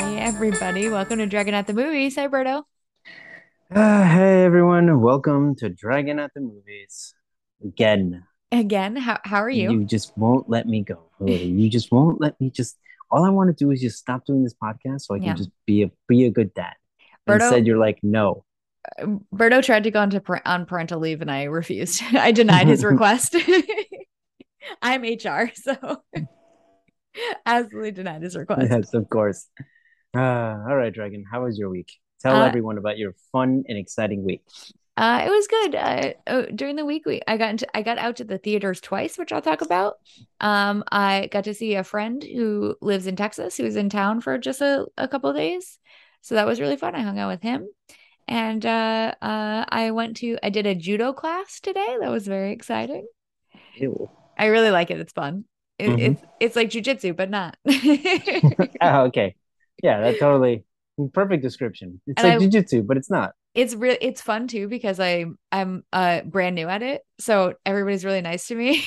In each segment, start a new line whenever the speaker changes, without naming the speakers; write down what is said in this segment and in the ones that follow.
everybody. Welcome to Dragon at the Movies. Hi, Berto.
Uh, hey everyone, welcome to Dragon at the Movies again.
Again, how, how are you?
You just won't let me go. Lily. You just won't let me just. All I want to do is just stop doing this podcast so I can
Yeah.
just be a be a good dad.
Berto-
Instead, you're like, no.
Berto tried to go on, to par- on parental leave and I refused. I denied his request. I'm HR, so absolutely denied his request.
Yes, of course. Uh, all right, Dragon. How was your week? Tell
Uh,
everyone about your fun and exciting week.
Uh, it was good. Uh, oh, during the week, we I got into I got out to the theaters twice, which I'll talk about. Um, I got to see a friend who lives in Texas, who was in town for just a, a couple of days, so that was really fun. I hung out with him, and uh, uh, I went to I did a judo class today. That was very exciting.
Ew.
I really like it. It's fun. It,
Mhm.
It's it's like jujitsu, but not.
Oh, okay. Yeah, that totally perfect description. It's
And
like jujitsu, but it's not.
it's real it's fun too because I I'm uh brand new at it, so everybody's really nice to me.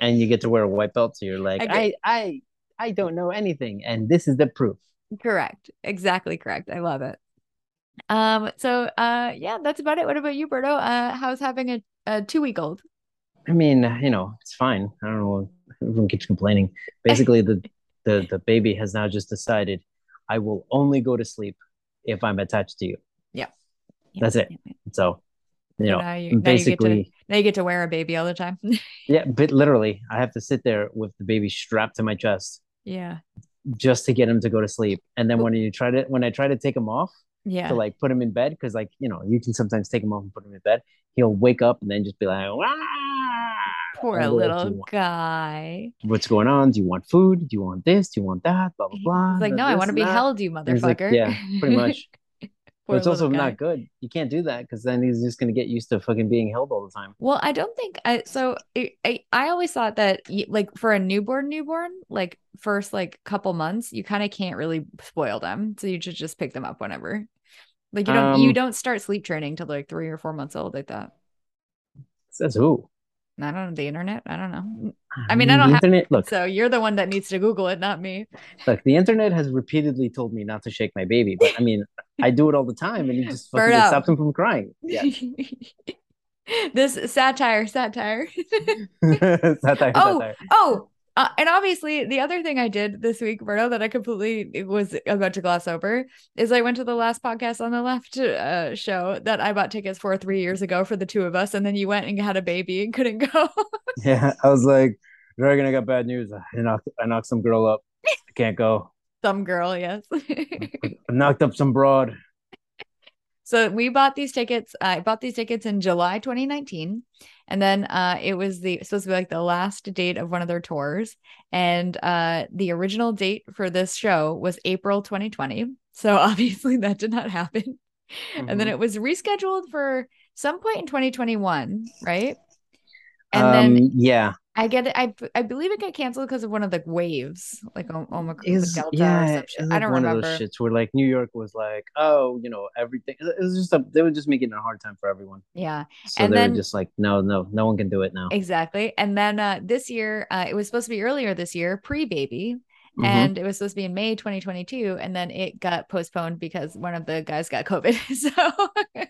And you get to wear a white belt, so you're like,
I
I,
get-
I, I don't know anything, and this is the proof.
Correct. Exactly correct. I love it. Um, so uh yeah, that's about it. What about you, Berto? Uh how's having a, a two week old?
I mean, you know, it's fine. I don't know. Everyone keeps complaining. Basically, the the the baby has now just decided I will only go to sleep if I'm attached to you. That's it. So, you know,
now you, now you get to
basically,
now you get to wear a baby all the time.
yeah, but literally, I have to sit there with the baby strapped to my chest
yeah.
just to get him to go to sleep. And then when you try to when I try to take him off
Yeah.
to like put him in bed, because like you know, you can sometimes take him off and put him in bed. He'll wake up and then just be like, "Wah!"
Poor
I'll go if you
little
want.
guy.
what's going on? Do you want food? Do you want this? Do you want that? Blah blah
He's
blah.
like,
da-
no, I
this
want to
and
be
that."
held, you
And he's like,
motherfucker.
yeah, pretty much. but
Poor
it's also
little guy.
not good. You can't do that because then he's just going to get used to fucking being held all the time.
Well, I don't think I so it, I I always thought that y- like for a newborn newborn like first like couple months you kind of can't really spoil them so you should just pick them up whenever like you don't you
Um,
don't start sleep training till they're, like three or four months old like that
Says who?
I don't know the internet I don't know I mean, I don't
the
have-
internet. Look,
so you're the one that needs to Google it not me
look. The internet has repeatedly told me not to shake my baby, but I mean, I do it all the time, and it just fucking
Birdo.
just stops him from crying. Yeah.
this satire satire
Satire,
Oh,
satire.
Oh, uh, and obviously the other thing I did this week, Berto, that I completely was about to gloss over is I went to the last podcast on the left uh, show that I bought tickets for three years ago for the two of us, and then you went and had a baby and couldn't go.
Yeah, I was like, Dragon, I got bad news. I knocked, I knocked some girl up. I can't go.
Some girl, yes.
I knocked up some broad.
so we bought these tickets. I bought these tickets in July 2019, and then uh, it was the supposed to be like the last date of one of their tours, and uh, the original date for this show was April 2020. So obviously that did not happen. and
Mm-hmm.
then it was rescheduled for some point in 2021 right and then
Um, yeah.
i get it i, I believe it got canceled because of one of the waves like o- omicron
is
delta or
yeah,
some
it
shit.
was
i
like
don't
one
remember
of those shits where like New York was like, oh, you know, everything. It was just a, they were just making it a hard time for everyone,
yeah
so
And
they
then-
were just like, no, no, no one can do it now.
exactly and then uh this year uh, it was supposed to be earlier this year pre-baby
Mhm.
and it was supposed to be in may 2022 and then it got postponed because one of the guys got covid so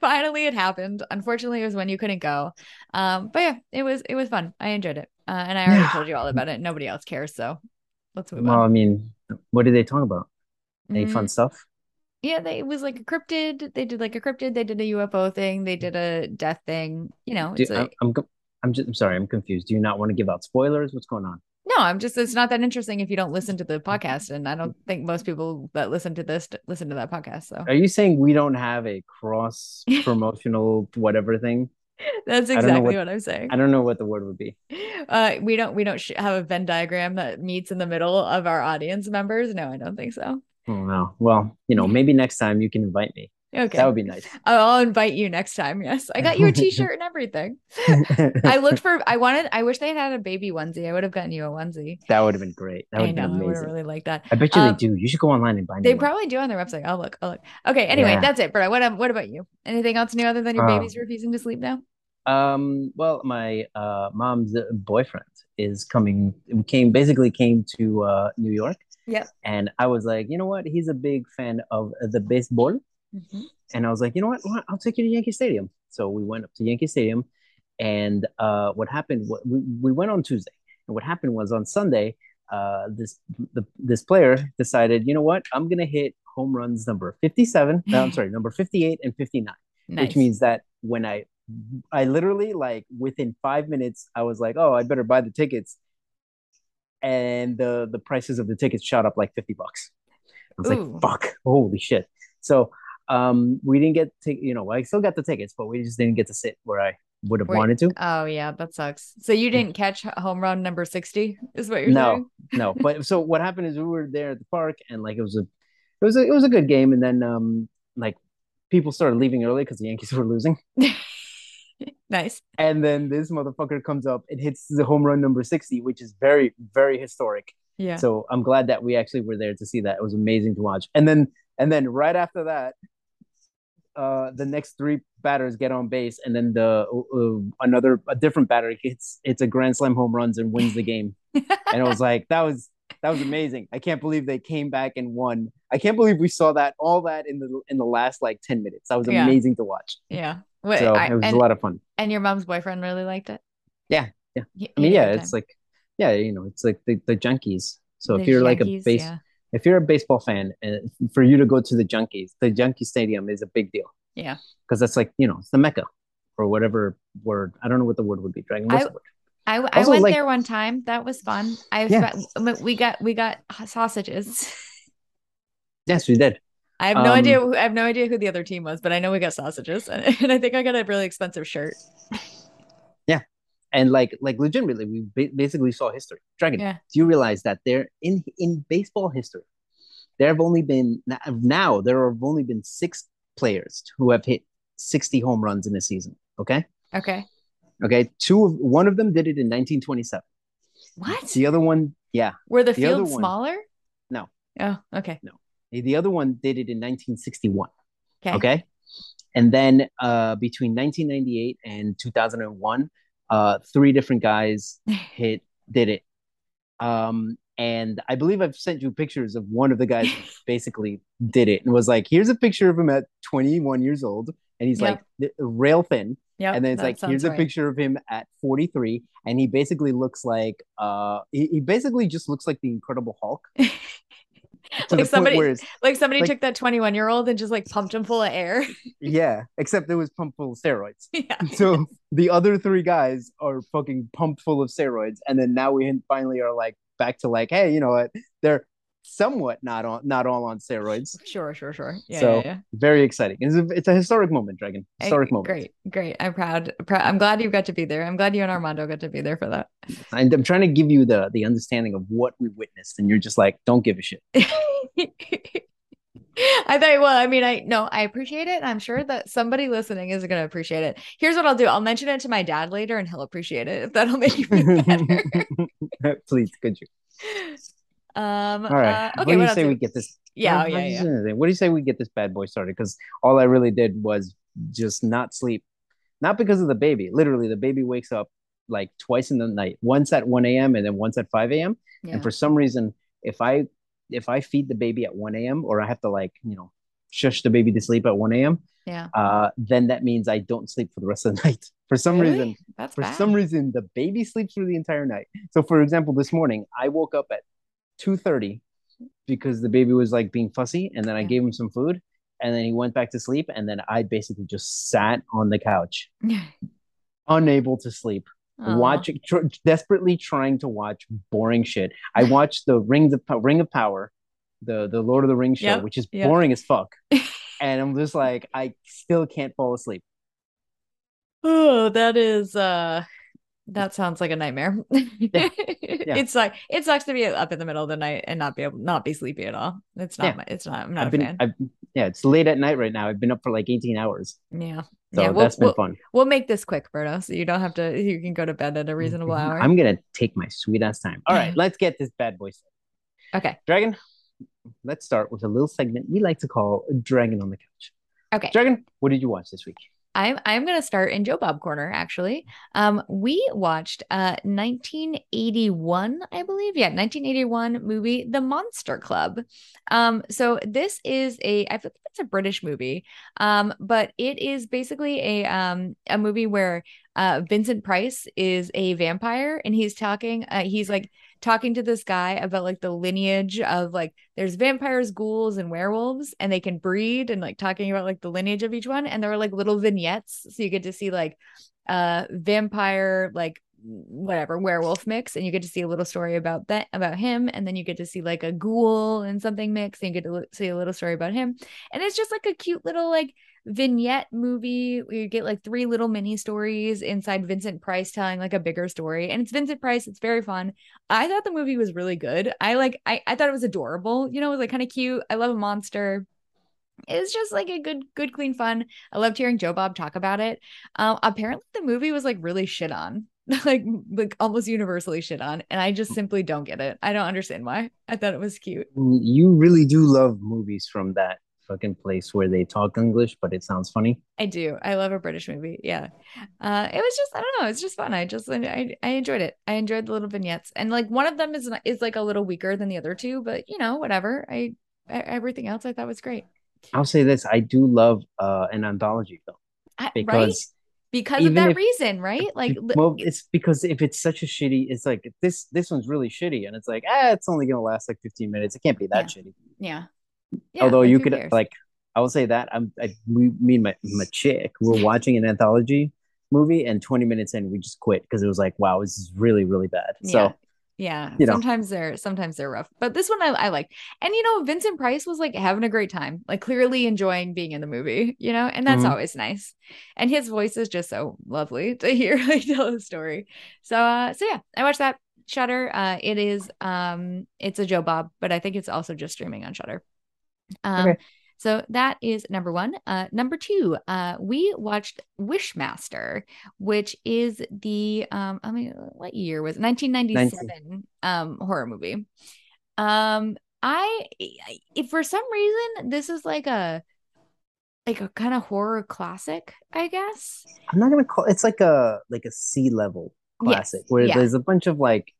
finally it happened unfortunately it was when you couldn't go um but yeah it was it was fun i enjoyed it uh, and i already
Yeah.
told you all about it nobody else cares so let's move on
well, I mean, what did they talk about? Any
Mm,
fun stuff?
yeah they, it was like a cryptid they did like a cryptid they did a ufo thing they did a death thing you know
Do,
it's a,
I'm, I'm, co- I'm just, I'm sorry, I'm confused. Do you not want to give out spoilers? What's going on?
no i'm just it's not that interesting if you don't listen to the podcast and i don't think most people that listen to this d- listen to that podcast so
Are you saying we don't have a cross promotional whatever thing?
that's
I don't know
exactly
what-
what i'm saying
I don't know what the word would be.
uh we don't we don't sh- have a venn diagram that meets in the middle of our audience members no i don't think so
Oh no. Well, you know, maybe next time you can invite me.
okay
That would be nice.
I'll I'll invite you next time. Yes, I got you a T-shirt and everything. I looked for. I wanted. I wish they had had a baby onesie. I would have gotten you a onesie.
that would have been great. That would
I
have been
know. I would have
amazing.
really liked that.
I bet you
Um,
they do. You should go online and buy
They
me one.
probably do on their website. I'll look. I'll look. Okay. Anyway,
Yeah.
that's it, Berta. What um, What about you? Anything else new other than your
Uh,
baby's refusing to sleep now?
Um, well, my uh, mom's boyfriend is coming. Came basically came to uh, New York
Yep.
And I was like, you know what? He's a big fan of the baseball.
Mhm.
And I was like, you know what? Why- I'll take you to Yankee Stadium. So we went up to Yankee Stadium. And uh, what happened, wa- we, we went on Tuesday. And what happened was on Sunday, uh, this the, this player decided, you know what? I'm going to hit home runs number 57. No, I'm sorry, number 58 and 59,
Nice.
which means that when I, I literally like within five minutes, I was like, oh, I better buy the tickets. And the, the prices of the tickets shot up like 50 bucks. I was
Ooh.
like, fuck, holy shit. So um, we didn't get to, you know, I still got the tickets, but we just didn't get to sit where I would have
Where-
wanted to.
oh yeah, that sucks. So you didn't catch home run number sixty, is what you're
No.
saying?
no but so what happened is we were there at the park and like it was a it was a it was a good game and then um like people started leaving early because the yankees were losing
Nice.
and then this motherfucker comes up and hits the home run number 60 which is very very historic
Yeah.
so i'm glad that we actually were there to see that it was amazing to watch and then and then right after that uh the next three batters get on base and then the uh, another a different batter hits it's a grand slam home runs and wins the game and I was like, that was that was amazing. I can't believe they came back and won. I can't believe we saw that all that in the in the last like ten minutes. That was
Yeah.
amazing to watch.
yeah. Wait,
so
I-
it was
and,
a lot of fun.
and your mom's boyfriend really liked it.
Yeah, yeah.
He-
I
he
mean,
had a
yeah,
good
it's
time.
like, yeah, you know, it's like the, the junkies. So if
The
you're like a
Yankees,
base,
yeah.
if you're a baseball fan, and for you to go to the junkies, the junkie stadium is a big deal.
Yeah.
because that's like you know it's the mecca or whatever word. I don't know what the word would be. Dragon. What's
I-
the word?
I, w- I
Also,
went
like-
there one time. That was fun. I
Yeah.
spent, we got we got sausages.
Yes, we did.
I have no
Um,
idea. Who, I have no idea who the other team was, but I know we got sausages, and, and I think I got a really expensive shirt.
and like like legitimately we ba- basically saw history dragon
Yeah.
do you realize that there in in baseball history there have only been now there have only been six players who have hit 60 home runs in a season okay
Okay,
okay two of one of them did it in 1927
what
the other one yeah
were the,
the other
fields
one-
smaller?
No.
Oh, okay.
the other one did it in 1961
Okay.
okay and then uh between 1998 and 2001 uh three different guys hit did it um and i believe i've sent you pictures of one of the guys who basically did it and was like here's a picture of him at 21 years old and he's
Yep.
like th- rail thin
Yep,
and then it's
Oh, that
like
sounds
here's a
right.
picture of him at 43 and he basically looks like uh he, he basically just looks like the incredible hulk to
Like
the
somebody-
point where it's,
Like somebody
like-
took that twenty-one-year-old and just like pumped him full of air.
yeah except it was pumped full of steroids
yeah.
so the other three guys are fucking pumped full of steroids and then now we finally are like back to like hey you know what they're somewhat not on not all on steroids
Sure. Sure. Sure. Yeah.
So,
yeah, yeah.
very exciting it's a, it's a historic moment dragon
Hey,
historic moment
Great. Great. I'm proud. Proud. I'm glad you got to be there. I'm glad you and Armando got to be there for that.
and i'm trying to give you the the understanding of what we witnessed and you're just like don't give a shit
I thought, well, I mean, I no, I appreciate it. and I'm sure that somebody listening is going to appreciate it. Here's what I'll do: I'll mention it to my dad later, and he'll appreciate it. If that'll make you feel better.
please could you
um.
all right
uh,
what
okay.
do
What
you
else?
say
do
we
we-
get this
yeah.
Well,
oh, Yeah.
I
Yeah.
just- What do you say we get this bad boy started? Because all I really did was just not sleep, not because of the baby. Literally, the baby wakes up like twice in the night, once at 1 a.m. and then once at 5 a.m.
Yeah.
And for some reason, if I if I feed the baby at 1 a.m. or I have to like you know shush the baby to sleep at 1 a.m.
Yeah.
Uh, then that means I don't sleep for the rest of the night. For some
Really?
reason,
That's
for
bad.
some reason, the baby sleeps through the entire night. So, for example, this morning I woke up at two thirty because the baby was like being fussy, and then I
Yeah.
gave him some food, and then he went back to sleep, and then I basically just sat on the couch, unable to sleep,
Aw.
watching, tr- desperately trying to watch boring shit. I watched the Rings of Po- Ring of Power, the the Lord of the Rings show,
Yep,
which is
yep.
boring as fuck, and I'm just like, I still can't fall asleep.
Oh, that is uh that sounds like a nightmare. It's like it sucks to be up in the middle of the night and not be able not be sleepy at all. It's not
Yeah.
my it's not I'm not
I've
a
been,
fan.
I've, yeah, it's late at night right now. I've been up for like 18 hours.
yeah.
So
yeah,
that's
we'll,
been
we'll,
fun.
we'll make this quick, Berto, so you don't have to you can go to bed at a reasonable hour. Mm-hmm.
Mm-hmm. I'm gonna take my sweet ass time. All right, let's get this bad boy started.
okay.
Dragon, let's start with a little segment we like to call Dragon on the Couch.
Okay.
Dragon, what did you watch this week?
I'm I'm gonna start in Joe Bob corner actually. Um, we watched uh 1981, I believe, yeah, 1981 movie, The Monster Club. Um, so this is a I think it's a British movie, um, but it is basically a um a movie where uh Vincent Price is a vampire and he's talking, uh, he's like talking to this guy about like the lineage of like there's vampires, ghouls, and werewolves, and they can breed, and like talking about like the lineage of each one. And there are like little vignettes, so you get to see like uh vampire like whatever werewolf mix and you get to see a little story about that about him and then you get to see like a ghoul and something mix and you get to see a little story about him and it's just like a cute little like vignette movie where you get like three little mini stories inside Vincent Price telling like a bigger story. And it's Vincent Price, it's very fun. I thought the movie was really good. I like I, I thought it was adorable, you know, it was like kind of cute. I love a monster. It's just like a good, good, clean fun. I loved hearing Joe Bob talk about it. Um, apparently the movie was like really shit on. like like almost universally shit on and i just simply don't get it i don't understand why i thought it was cute
Mm, you really do love movies from that fucking place where they talk English, but it sounds funny.
I do. I love a British movie. Yeah. Uh, it was just, I don't know. It's just fun. I just, I, I enjoyed it. I enjoyed the little vignettes and like one of them is, is like a little weaker than the other two, but you know, whatever. I, I everything else I thought was great.
I'll say this. I do love uh, an anthology film
because I, right? because of that if, reason, right? Like,
well, it's because if it's such a shitty, it's like this, this one's really shitty. And it's like, ah, it's only going to last like 15 minutes. It can't be that
yeah.
shitty.
Yeah.
Yeah, Although like you could cares? like, I will say that I'm I, we me and my my chick we're watching an anthology movie and 20 minutes in we just quit because it was like wow this is really really bad.
Yeah.
So
yeah, you know. sometimes they're sometimes they're rough, but this one I, I like. And you know, Vincent Price was like having a great time, like clearly enjoying being in the movie, you know, and that's mm-hmm. always nice. And his voice is just so lovely to hear like tell the story. So uh, so yeah, I watched that Shutter. Uh, it is um, it's a Joe Bob, but I think it's also just streaming on Shutter. Um, okay. So that is number one. Uh, number two, uh, we watched Wishmaster, which is the um, I mean, what year was it? 1997 um, horror movie. Um, I, if for some reason this is like a like a kind of horror classic, I guess.
I'm not gonna call it's like a like a sea level classic yes. where yeah. there's a bunch of like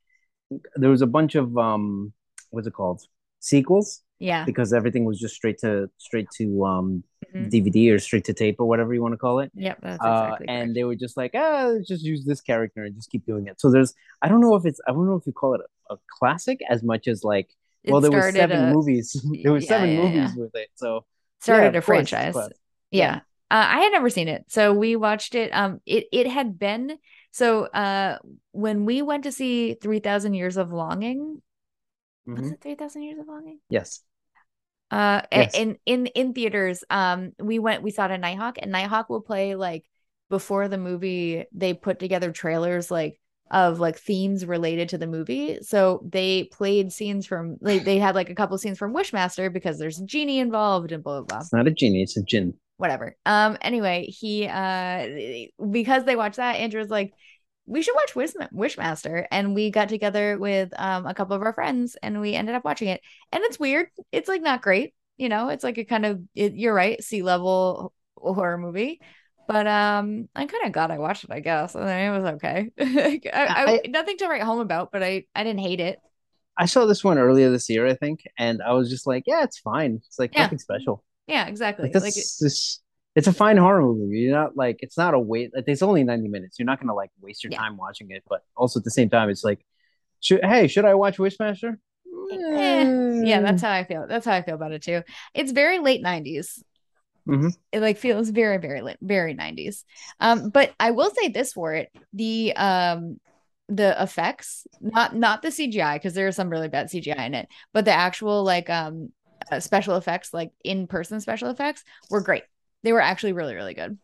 there was a bunch of um what's it called sequels
yeah
because everything was just straight to straight to um mm-hmm. dvd or straight to tape or whatever you want to call it
yep that's exactly
uh, and they were just like ah let's just use this character and just keep doing it so there's i don't know if it's i don't know if you call it a, a classic as much as like
it
well there were seven
a,
movies there were
yeah,
seven
yeah,
movies with it so
started
yeah,
a franchise
course,
yeah uh, I had never seen it, so we watched it. Um, it it had been so uh when we went to see Three Thousand Years of Longing, mm-hmm. was it Three Thousand Years of Longing?
Yes,
uh
Yes.
in in in theaters um we went we saw it at nighthawk and nighthawk will play like before the movie they put together trailers like of like themes related to the movie so they played scenes from like they had like a couple scenes from wishmaster because there's a genie involved and blah blah blah
it's not a genie it's a gin
whatever um anyway he uh because they watched that andrew was like we should watch Wish- Wishmaster. And we got together with um, a couple of our friends and we ended up watching it. And it's weird. It's like not great. You know, it's like a kind of, it, you're right, sea level horror movie. But um, I'm kind of glad I watched it, I guess. I mean, it was okay. I, I, I, nothing to write home about, but I, I didn't hate it.
I saw this one earlier this year, I think. And I was just like, yeah, it's fine. It's like
Yeah.
nothing special.
Yeah, exactly.
Like, that's,
Like,
this, it's a fine horror movie. You're not like it's not a wait. Like, it's only ninety minutes. You're not gonna like waste your
Yeah.
time watching it. But also at the same time, it's like, should, hey, should I watch Wishmaster?
eh. yeah, that's how I feel. That's how I feel about it too. It's very late 90s.
Mhm.
It like feels very, very late, very 90s. Um, but I will say this for it: the um, the effects, not not the CGI, because there is some really bad CGI in it, but the actual like um uh, special effects, like in person special effects, were great. They were actually really, really good.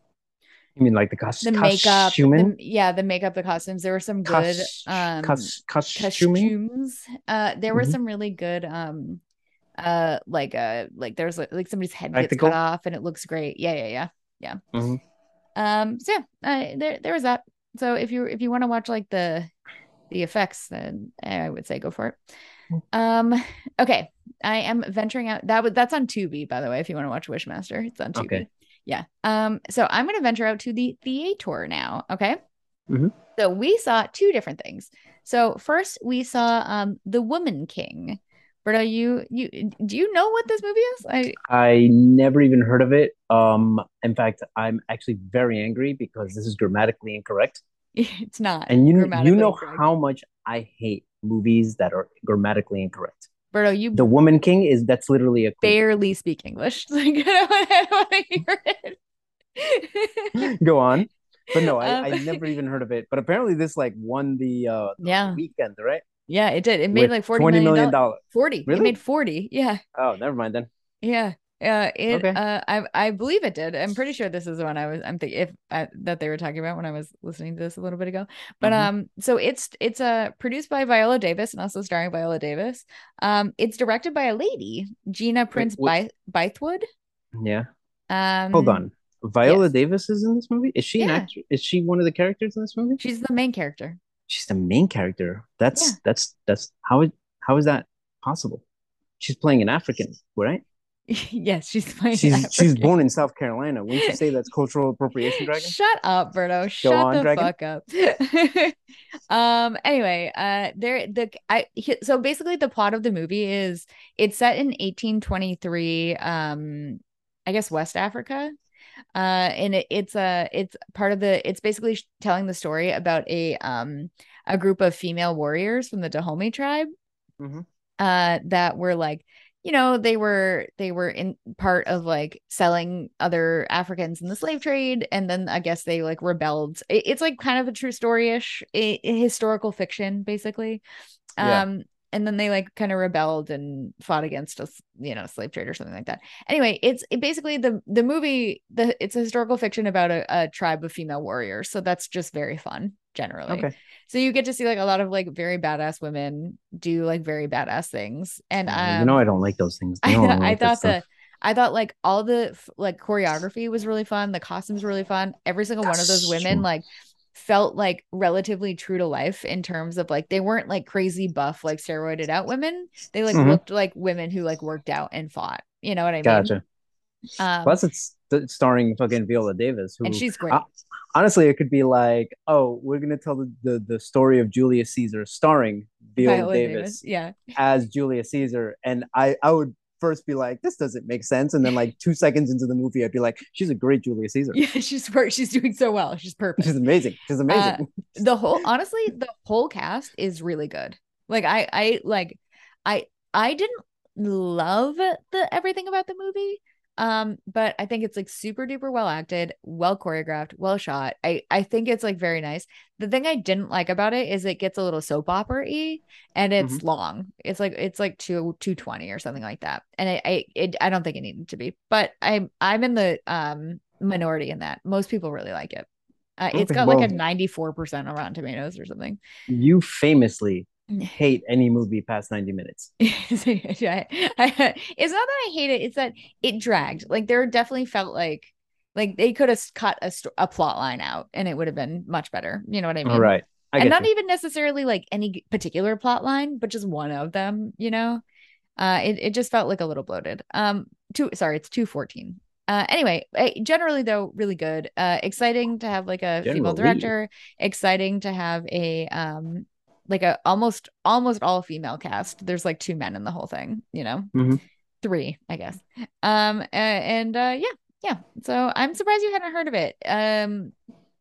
you mean like the cos-
the makeup, the,
costuming?
yeah, the makeup, the costumes. There were some good
Cos-
um,
cos- costuming?
costumes. Uh, there were
Mhm.
some really good um, uh, like uh, like there's like, like somebody's head gets
Practical?
cut off and it looks great. Yeah, yeah, yeah.
Mhm.
Um, so yeah, uh, there there was that. So if you if you want to watch like the the effects, then eh, I would say go for
Hmm.
it. Um, okay, I am venturing out. That was that's on Tubi, by the way. If you want to watch Wishmaster, it's on Tubi.
Okay.
Yeah. Um, so I'm going to venture out to the theater now. Okay.
Mhm.
So we saw two different things. So first we saw um The Woman King. Berto, you you do you know what this movie is? I
I never even heard of it. Um, in fact, I'm actually very angry because this is grammatically incorrect.
it's not.
And you you
grammatically
know
correct.
how much I hate movies that are grammatically incorrect.
Berto, you
The Woman King is that's literally a quote.
barely speak English. Like I don't want to hear it.
Go on. But no, I, I
Um,
never even heard of it. But apparently, this like won the uh,
yeah.
weekend, right?
Yeah, it did. It made
With
like forty million dollars.
dollars.
Forty. It
Really?
made forty. Yeah.
Oh, never mind then.
Yeah. Uh, it
Okay.
uh, I I believe it did. I'm pretty sure this is the one I was I'm thinking if I, that they were talking about when I was listening to this a little bit ago. But
Mhm.
um, so it's it's uh produced by Viola Davis and also starring Viola Davis. Um, it's directed by a lady, Gina Prince
what-
Byth- Bythewood.
Yeah.
Um,
Hold on. Viola
yes.
Davis is in this movie. Is she an
Yeah.
actor? Is she one of the characters in this movie?
she's the main character.
She's the main character. That's
Yeah.
that's that's how it how is that possible? She's playing an African, right?
yes, she's playing.
She's she's
African.
born in South Carolina. Wouldn't you say that's cultural appropriation, Dragon?
Shut up, Berto. Shut
on,
the
Dragon.
fuck up. um. Anyway, uh, there the I he- so basically the plot of the movie is it's set in 1823. Um, I guess West Africa. Uh, and it, it's a it's part of the it's basically sh- telling the story about a um a group of female warriors from the Dahomey tribe
Mhm.
uh that were like you know they were they were in part of like selling other africans in the slave trade and then i guess they like rebelled it, it's like kind of a true story-ish i i- historical fiction basically
Yeah.
um and then they like kind of rebelled and fought against us you know slave trade or something like that anyway it's it basically the the movie the it's a historical fiction about a, a tribe of female warriors so that's just very fun generally
Okay.
so you get to see like a lot of like very badass women do like very badass things. And
Uh,
um,
you know I don't like those things.
I,
You know
thought-
don't
I
like that
thought
stuff.
the I thought like all the f- like choreography was really fun. The costumes were really fun. Every single one of those women
Costume.
like felt like relatively true to life in terms of like they weren't like crazy buff like steroided out women. They like
Mhm.
looked like women who like worked out and fought. You know what I mean?
Gotcha.
Um,
Plus, it's st- starring fucking Viola Davis, who
and she's great.
I- honestly, it could be like, oh, we're gonna tell the, the, the story of Julius Caesar, starring Viola, Davis,
Yeah.
as Julius Caesar, and I I would first be like, this doesn't make sense, and then like two seconds into the movie, I'd be like, she's a great Julius Caesar.
Yeah, she's wor- she's doing so well. She's perfect.
She's amazing. She's amazing.
the whole honestly the whole cast is really good like i i like i i didn't love the everything about the movie um but i think it's like super duper well acted well choreographed well shot i i think it's like very nice the thing i didn't like about it is it gets a little soap opera-y and it's long it's like it's like two 220 or something like that and i i it, i don't think it needed to be but i'm i'm in the um minority in that most people really like it uh, it's
Okay,
got like a
well-
94% on Rotten Tomatoes or something.
You famously
Yeah.
hate any movie past ninety minutes.
So, yeah, I- it's not that I hate it, it's that it dragged. Like there definitely felt like like they could have cut a, sto- a plot line out and it would have been much better. You know what I mean?
All right, I
and
get
not
you.
even necessarily like any g- particular plot line, but just one of them, you know? Uh it, it just felt like a little bloated. Um two sorry, it's 214. Uh anyway, uh, generally though really good. Uh exciting to have like a female
Generally.
director, exciting to have a um like a almost almost all female cast. There's like two men in the whole thing, you know.
Mhm.
Three, I guess. Um a- and uh yeah, yeah. So I'm surprised you hadn't heard of it. Um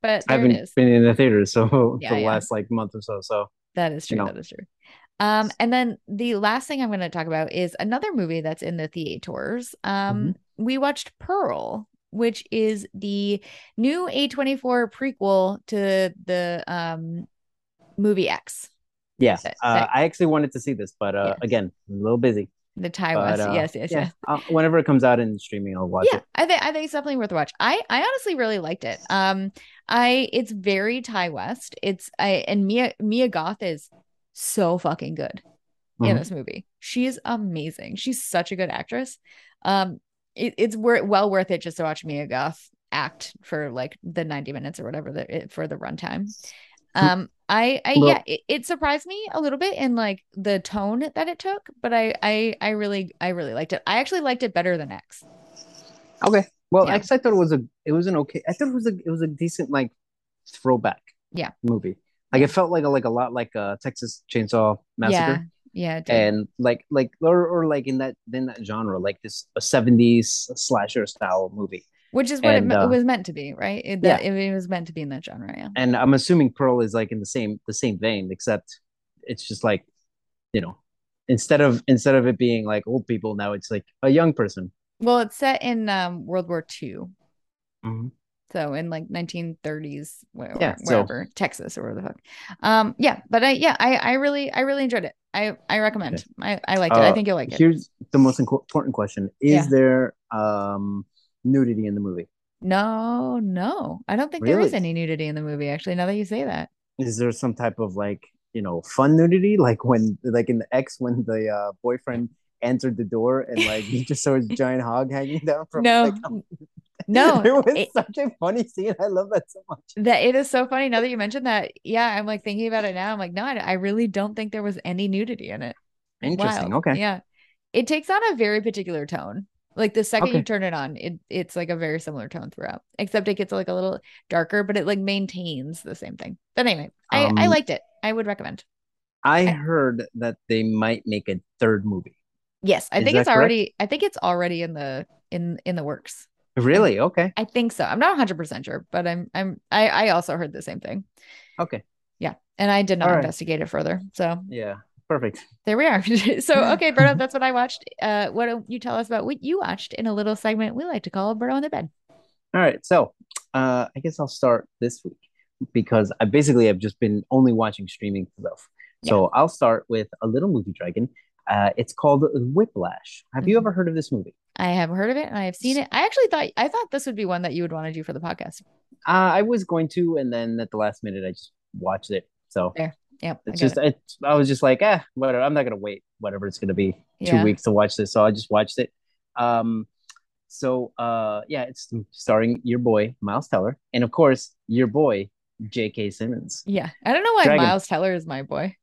but
I
there it
haven't
is.
been in the theater so for
Yeah,
the
yeah.
last like month or so. So
That is true.
No.
That is true. Um, and then the last thing I'm going to talk about is another movie that's in the theaters. Um,
Mm-hmm.
we watched Pearl, which is the new A24 prequel to the um movie X,
yeah,
That-
uh,
that-
I actually wanted to see this, but uh,
Yeah.
again, a little busy.
the Thai
But,
West.
uh,
yes, yes, yes.
Yeah, uh, whenever it comes out in streaming, I'll watch
yeah, I think I think it's definitely worth a watch. I I honestly really liked it. Um, I it's very Thai West. It's I and Mia Mia Goth is so fucking good in
Mhm.
this movie. She is amazing. She's such a good actress. Um, it, it's wor- well worth it just to watch Mia Goth act for like the ninety minutes or whatever the, it, for the runtime. Um, I, I
Hmm. Well-
yeah, it, it surprised me a little bit in like the tone that it took, but I I I really I really liked it. I actually liked it better than X.
it. Okay, Well,
Yeah.
actually, I thought it was a it was an okay. I thought it was a it was a decent like throwback.
Yeah.
Movie. Like it felt like a, like a lot like a Texas Chainsaw Massacre,
Yeah, it did.
and like like or, or like in that in that genre, like this a seventies slasher style movie.
which is what it,
and,
me-
uh,
was meant to be, right? It, that, it, was meant to be in that genre. Yeah,
And I'm assuming Pearl is like in the same the same vein, except it's just like, you know, instead of instead of it being like old people, now it's like a young person.
well, it's set in um, World War II,
Mhm.
so in like 1930s, where,
Yeah, so-
wherever Texas or where the fuck. Um, yeah, but I yeah, I I really I really enjoyed it. I I recommend. I I liked it. I
Uh,
think you'll like it.
Here's the most inco- important question: Is
Yeah.
there um nudity in the movie?
No, no, I don't think there is
Really?
any nudity in the movie. Actually, now that you say that,
Is there some type of like you know fun nudity, like when like in the X when the uh, boyfriend entered the door and like he just saw his giant hog hanging down from
no,
like,
no,
it was
it-
such a funny scene. I love that so much.
that it is so funny now that you mentioned that. Yeah, I'm like thinking about it now. I'm like, no, I, I really don't think there was any nudity in it.
Interesting.
Wild.
Okay.
Yeah. It takes on a very particular tone. Like the second you
Okay.
turn it on, it it's like a very similar tone throughout. Except it gets like a little darker, but it like maintains the same thing. But anyway, I I
Um,
liked it. I would recommend.
I
I-
heard that they might make a third movie.
Yes, I
is
think
that
it's
correct?
already I think it's already in the in in the works.
Really? Okay.
I think so. I'm not 100% sure, but I'm I'm I I also heard the same thing.
Okay.
And I did not
All right.
investigate it further. So,
Yeah. Perfect.
there we are. so, okay, Berto, that's what I watched. Uh why don't you tell us about what you watched in a little segment we like to call Berto on the bed.
All right, so uh, I guess I'll start this week because I basically have just been only watching streaming stuff. So I'll start with a little movie dragon. Uh, it's called Whiplash. Have you
Mhm.
ever heard of this movie?
I have heard of it and I have seen it. I actually thought I thought this would be one that you would want to do for the podcast.
Uh, I was going to, and then at the last minute, I just watched it. So
Yep. I
it's
get
just
it.
it's, I was just like, eh, whatever. I'm not gonna wait. Whatever it's gonna be
Yeah.
two weeks to watch this, so I just watched it. Um, so uh, yeah, it's starring your boy Miles Teller, and of course your boy J.K. Simmons.
yeah. I don't know why
Dragon.
Miles Teller is my boy.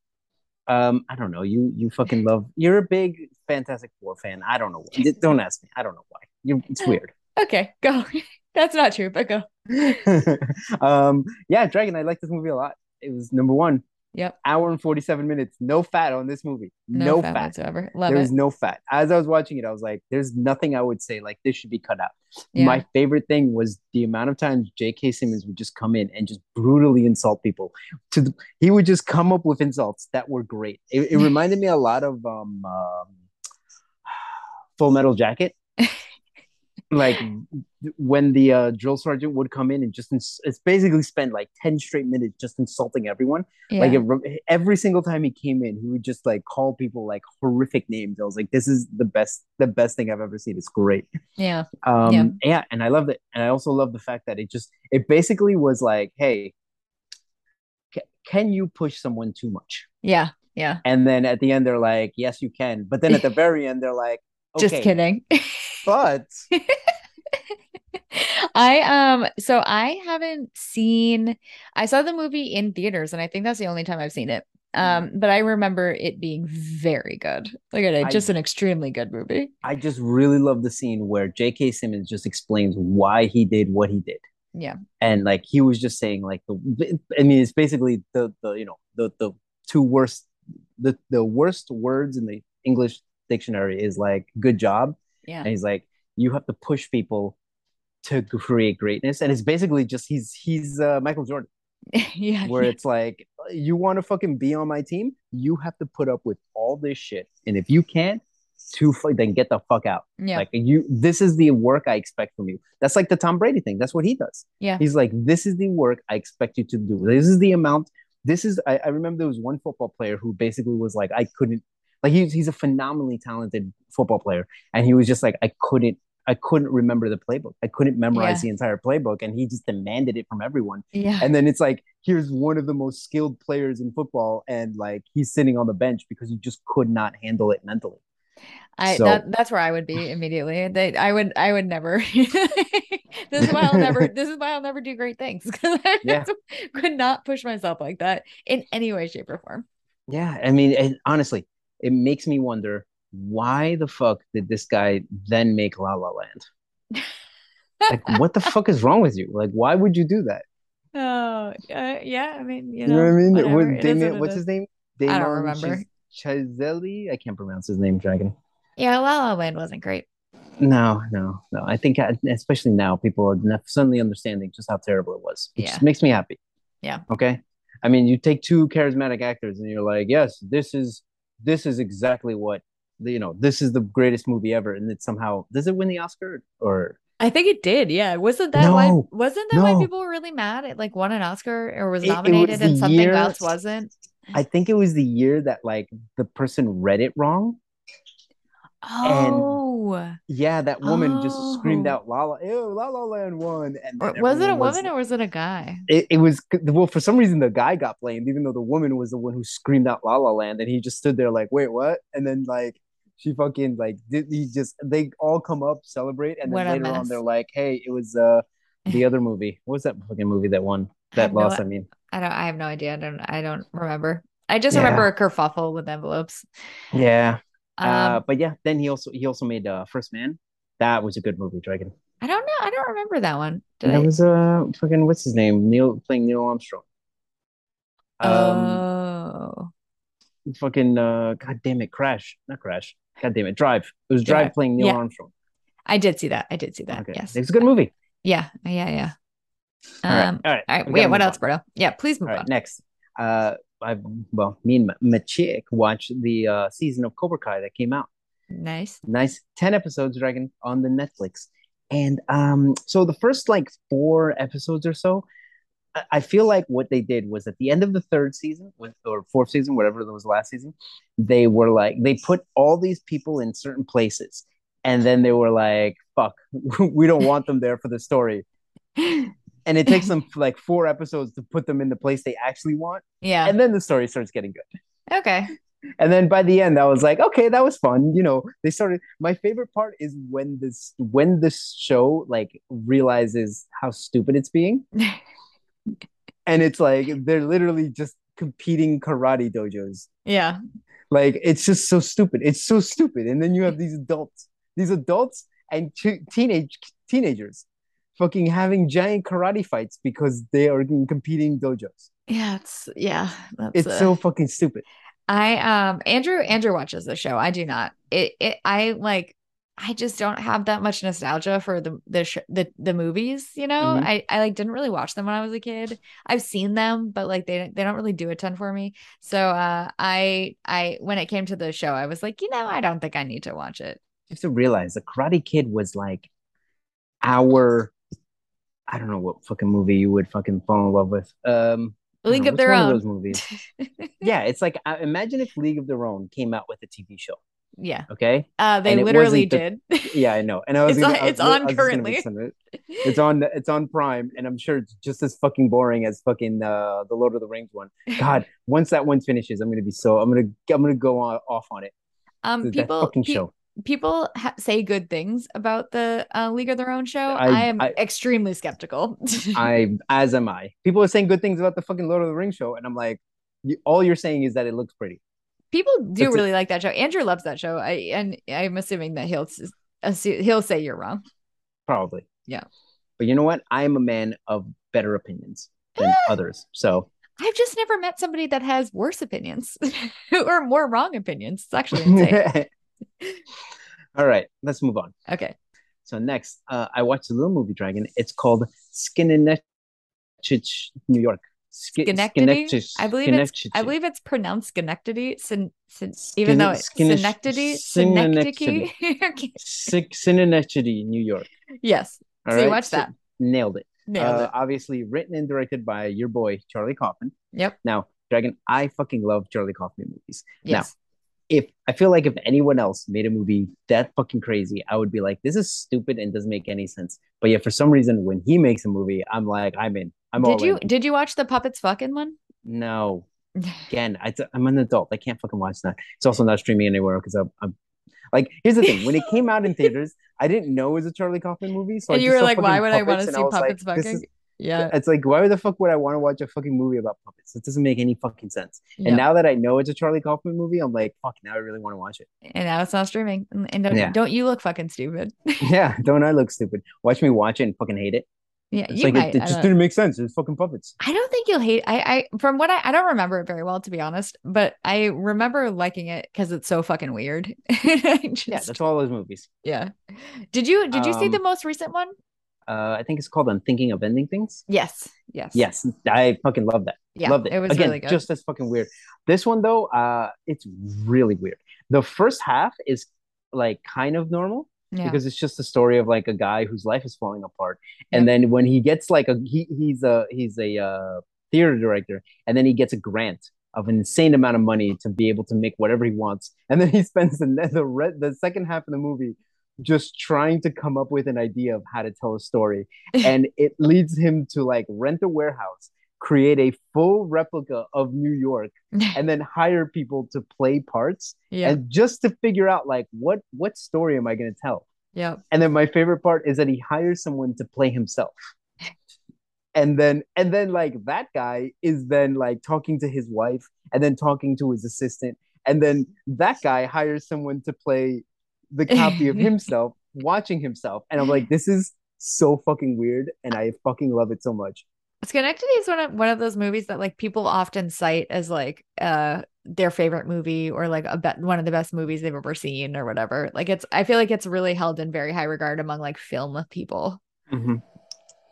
Um, I don't know. You you fucking love. You're a big Fantastic Four fan. I don't know. Why. D- Don't ask me. I don't know why. You, it's weird.
Okay, go. That's not true, but go.
um, yeah, Dragon. I like this movie a lot. It was number one.
Yep.
Hour and forty seven minutes. No fat on this movie.
No,
No,
fat,
fat.
whatsoever. Love
There was
it.
no fat. As I was watching it, I was like, "There's nothing I would say like this should be cut out."
Yeah.
My favorite thing was the amount of times J.K. Simmons would just come in and just brutally insult people. To the, he would just come up with insults that were great. It, it reminded me a lot of um, um, Full Metal Jacket, like when the uh, drill sergeant would come in and just ins- it's basically spend like ten straight minutes just insulting everyone.
yeah.
Like it, re- every single time he came in, he would just like call people like horrific names. I was like, this is the best, the best thing I've ever seen. It's great
yeah.
um
Yeah.
yeah. and i loved it and i also love the fact that it just it basically was like hey c- can you push someone too much
Yeah. Yeah.
and then at the end they're like yes you can but then at the very end they're like okay,
Just kidding.
but
I um so I haven't seen I saw the movie in theaters and I think that's the only time I've seen it. Um but I remember it being very good. Look at it,
Mm-hmm. I-
just an extremely good movie.
i just really love the scene where j.k simmons just explains why he did what he did
Yeah.
and like he was just saying like the i mean it's basically the the you know the the two worst the the worst words in the english dictionary is like good job
Yeah.
and he's like you have to push people to create greatness and it's basically just he's he's uh, michael jordan
yeah.
where it's like you want to fucking be on my team you have to put up with all this shit and if you can't too fu- then get the fuck out
yeah.
like you this is the work i expect from you that's like the tom brady thing that's what he does
Yeah.
he's like this is the work i expect you to do this is the amount this is i, I remember there was one football player who basically was like i couldn't like he's, he's a phenomenally talented football player and he was just like i couldn't i couldn't remember the playbook i couldn't memorize
Yeah.
the entire playbook and he just demanded it from everyone
yeah.
and then it's like here's one of the most skilled players in football and like he's sitting on the bench because he just could not handle it mentally
I
So-
that, that's where I would be immediately. They, I would I would never. this is why I'll never. This is why I'll never do great things because I
Yeah.
just could not push myself like that in any way, shape, or form.
Yeah, I mean, and honestly, it makes me wonder why the fuck did this guy then make La La Land? like, what the fuck is wrong with you? Like, why would you do that?
Oh, uh, yeah. I mean, you
You
know,
know, what I mean?
whatever.
With
It is
Damien-
what it
what's
is.
his name?
don't
Damon
remember.
Chaz- Chazelle? I can't pronounce his name, Dragon.
Yeah, La La Land wasn't great.
No, no, no. I think, I, especially now, people are ne- suddenly understanding just how terrible it was, which
Yeah.
makes me happy.
Yeah.
Okay. I mean, you take two charismatic actors, and you're like, yes, this is this is exactly what you know. This is the greatest movie ever, and it somehow does it win the Oscar or
I think it did. Yeah, wasn't that why?
No,
Wasn't that why
no.
people were really mad? It like won an Oscar or was
It- it was
nominated and
the
something
year-
else wasn't.
I think it was the year that like the person read it wrong.
Oh,
Yeah, that woman just screamed
Oh.
out "La La, ew, La La Land won!" And
Or-
then
was it a
everyone
woman or was it a guy?
it, it was well for some reason the guy got blamed even though the woman was the one who screamed out la la land and he just stood there like wait what and then like she fucking like did, he just they all come up celebrate and
What
then
a
later on
mess.
they're like hey it was uh the other movie what was that fucking movie that won
I
that
have no-
lost i mean
I don't. I have no idea. I don't. I don't remember. I just
Yeah.
remember a kerfuffle with envelopes.
yeah
Um,
uh but yeah then he also he also made uh first man that was a good movie dragon
I don't know. I don't remember that one. Did I?
that was uh fucking what's his name neil playing neil armstrong um
oh,
fucking uh god damn it crash not crash god damn it drive it was drive
Drive.
playing neil
Yeah.
armstrong
I did see that. I did see that.
Okay.
Yes.
It's a good movie.
Yeah. Yeah. Yeah. Um.
All right. All right.
All right.
We
Yeah.
gotta
What
move
else, Berto? Yeah. Please
All
move
right.
on.
Next. Uh, I well, me and my, my chick watched the uh, season of Cobra Kai that came out.
Nice.
Nice, ten episodes, Dragon, on the Netflix. And um, so the first like four episodes or so, I, I feel like what they did was at the end of the third season, with, or fourth season, whatever that was last season, they were like they put all these people in certain places, and then they were like, "Fuck, we don't want them there for the story." and it takes them like four episodes to put them in the place they actually want
Yeah.
and then the story starts getting good
Okay.
and then by the end i was like okay that was fun you know they started my favorite part is when this when this show like realizes how stupid it's being and it's like they're literally just competing karate dojos
Yeah.
like it's just so stupid it's so stupid and then you have these adults these adults and t- teenage teenagers fucking having giant karate fights because they are in competing dojos
Yeah. It's yeah. That's
it's
uh,
so fucking stupid.
I um Andrew Andrew watches the show. I do not. It it I like I just don't have that much nostalgia for the the sh- the, the movies, you know.
Mhm.
I I like didn't really watch them when I was a kid. I've seen them, but like they they don't really do a ton for me. So uh I I when it came to the show, I was like, you know, I don't think I need to watch it.
You have to realize the Karate Kid was like our I don't know what fucking movie you would fucking fall in love with. Um I don't
League
know,
of
what's
Their
one
Own.
those movies. yeah, it's like uh, imagine if League of Their Own came out with a TV show.
yeah.
Okay.
Uh they
And it
literally did.
wasn't Yeah, I know. And I was
It's
gonna-
on-
I was
it's
gonna-
on
I was just gonna
currently.
mention it. It's on it's on Prime, and I'm sure it's just as fucking boring as fucking uh, the Lord of the Rings one. God, once that one finishes, I'm gonna be so I'm gonna I'm gonna go on, off on it.
um
That
people
fucking
pe-
show.
people ha- say good things about the uh, League of Their Own show. I,
I-
am
I-
extremely skeptical.
I as am I. People are saying good things about the fucking Lord of the Rings show, and I'm like, you, all you're saying is that it looks pretty.
people do
That's it.
really like that show. Andrew loves that show. I and I'm assuming that he'll s- assu- he'll say you're wrong.
Probably.
Yeah.
But you know what? I am a man of better opinions
Eh.
than others. So
I've just never met somebody that has worse opinions or more wrong opinions. It's actually insane.
all right, let's move on.
okay.
So next, uh, I watched a little movie dragon. It's called Schenectady, New York. Ske-
Schenectady? I believe it's- I
Schenectady.
believe it's pronounced Schenectady, Sen- Sen- even though it's
Skene-
Schenectady,
Schenectady.
Schenectady. Okay.
Sc- Schenectady, New York.
yes.
All
so you
right,
watch
so-
that.
Nailed it.
Nailed
uh,
it.
Obviously, written and directed by your boy Charlie Kaufman.
Yep.
Now, Dragon, I fucking love Charlie Kaufman movies. now-
Yes.
If I feel like if anyone else made a movie that fucking crazy, I would be like, this is stupid and doesn't make any sense. But yeah, for some reason, when he makes a movie, I'm like, I'm in. I'm all
did you
in.
did you watch the puppets fucking one?
No, again, I t- I'm an adult. I can't fucking watch that. It's also not streaming anywhere because I'm, I'm like, here's the thing: when it came out in theaters, I didn't know it was a Charlie Kaufman movie. So I
and you
just
were
saw
like, why
fucking
would I want
puppets
to
and
see
was like,
puppets
this
fucking?
is-
Yeah.
It's like, why the fuck would I want to watch a fucking movie about puppets? It doesn't make any fucking sense.
Yeah.
And now that I know it's a Charlie Kaufman movie, I'm like, fuck, now I really want to watch it.
and now it's not streaming. And- And don't,
Yeah.
don't you look fucking stupid?
yeah, don't I look stupid? Watch me watch it and fucking hate it.
yeah,
It's
you
like,
might.
it, it
I
just
don't-
didn't make sense. It was fucking puppets.
I don't think you'll hate. I, I from what I, I don't remember it very well to be honest, but I remember liking it because it's so fucking weird. I
Yeah,
just-
that's all those movies.
yeah. Did you did you see the
Um,
most recent one?
Uh, I think it's called I'm Thinking of Ending Things.
Yes. Yes.
Yes, I fucking love that.
Yeah.
Loved it.
It was
Again,
really good.
just as fucking weird. This one though, uh, it's really weird. The first half is like kind of normal
yeah.
because it's just the story of like a guy whose life is falling apart,
Yep.
and then when he gets like a he, he's a he's a uh, theater director, and then he gets a grant of an insane amount of money to be able to make whatever he wants, and then he spends the the re- the second half of the movie just trying to come up with an idea of how to tell a story and it leads him to like rent a warehouse create a full replica of new york and then hire people to play parts
yeah.
and just to figure out like what what story am i going to tell
yeah.
and then my favorite part is that he hires someone to play himself and then and then like that guy is then like talking to his wife and then talking to his assistant and then that guy hires someone to play the copy of himself watching himself and i'm like this is so fucking weird and i fucking love it so much
Schenectady is one of one of those movies that like people often cite as like uh their favorite movie or like a be- one of the best movies they've ever seen or whatever. Like it's I feel like it's really held in very high regard among like film people.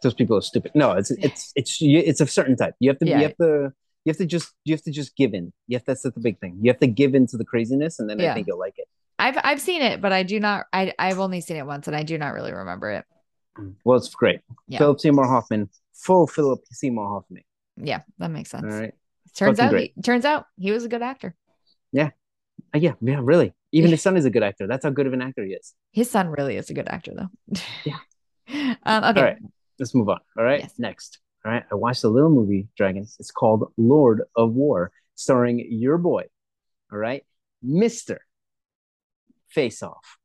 those people are stupid no it's it's it's it's a certain type you have to
Yeah.
you have to you have to just you have to just give in you have that's the big thing you have to give in to the craziness and then
Yeah.
i think you'll like it
I've I've seen it, but I do not I I've only seen it once and I do not really remember it.
well it's great
Yeah.
philip seymour hoffman full philip seymour hoffman
Yeah, that makes
all
sense.
right
Turns
Fucking
out he, turns out he was a good actor.
Uh, yeah, yeah, really. Even
Yeah.
his son is a good actor. That's how good of an actor he is.
His son really is a good actor though.
Yeah.
Um okay.
All right, let's move on. All right,
Yes.
next. All right, I watched a little movie, Dragons. It's called Lord of War, starring your boy. All right, Mister Face Off,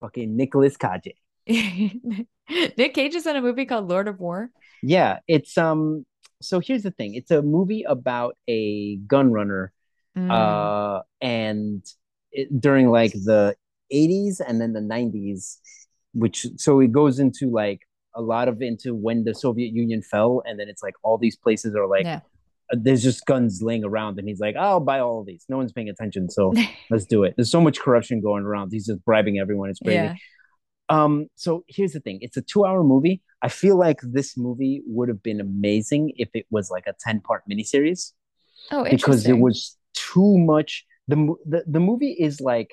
fucking Nicholas Cage.
Nick Cage is in a movie called Lord of War.
Yeah, it's um. So here's the thing. It's a movie about a gun runner
Mm.
uh, and it, during like the 80s and then the 90s which so it goes into like a lot of into when the soviet union fell and then it's like all these places are like
Yeah.
uh, there's just guns laying around and he's like i'll buy all of these no one's paying attention so let's do it there's so much corruption going around he's just bribing everyone it's crazy
yeah.
um, so here's the thing. It's a two-hour movie. I feel like this movie would have been amazing if it was like a ten-part miniseries
Oh,
because there
interesting.
was too much. The, mo- the The movie is like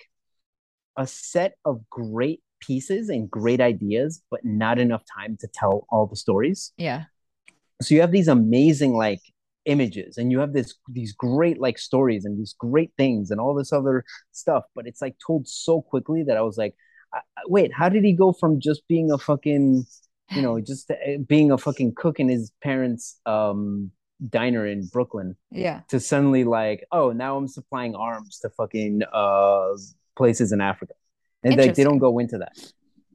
a set of great pieces and great ideas, but not enough time to tell all the stories.
Yeah.
So you have these amazing like images, and you have this these great like stories and these great things and all this other stuff, but it's like told so quickly that I was like, I, I- wait, how did he go from just being a fucking you know just uh, being a fucking cook in his parents' um, diner in Brooklyn?
Yeah.
to suddenly like, oh, now I'm supplying arms to fucking uh, places in Africa. And like they
Interesting.
don't go into that.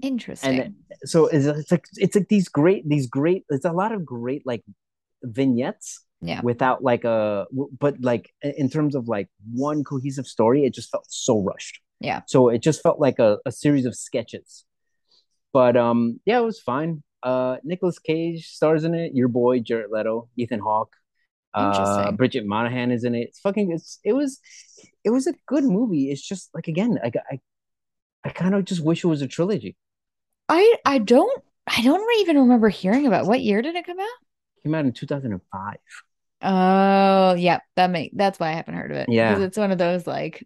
Interesting.
So it's, it's like it's like these great these great it's a lot of great like vignettes
Yeah.
without like a w- but like i- in terms of like one cohesive story it just felt so rushed.
Yeah.
So it just felt like a, a series of sketches. But um yeah, it was fine. Uh Nicolas Cage stars in it, your boy Jared Leto, Ethan Hawke, uh
Interesting.
Bridget Monahan is in it. It's fucking it's it was it was a good movie. It's just like again, I I, I kind of just wish it was a trilogy.
I I don't I don't even remember hearing about what year did it come
came out in 2005.
out? Oh, yeah, that make that's why I haven't heard of it.
Yeah.
because it's one of those like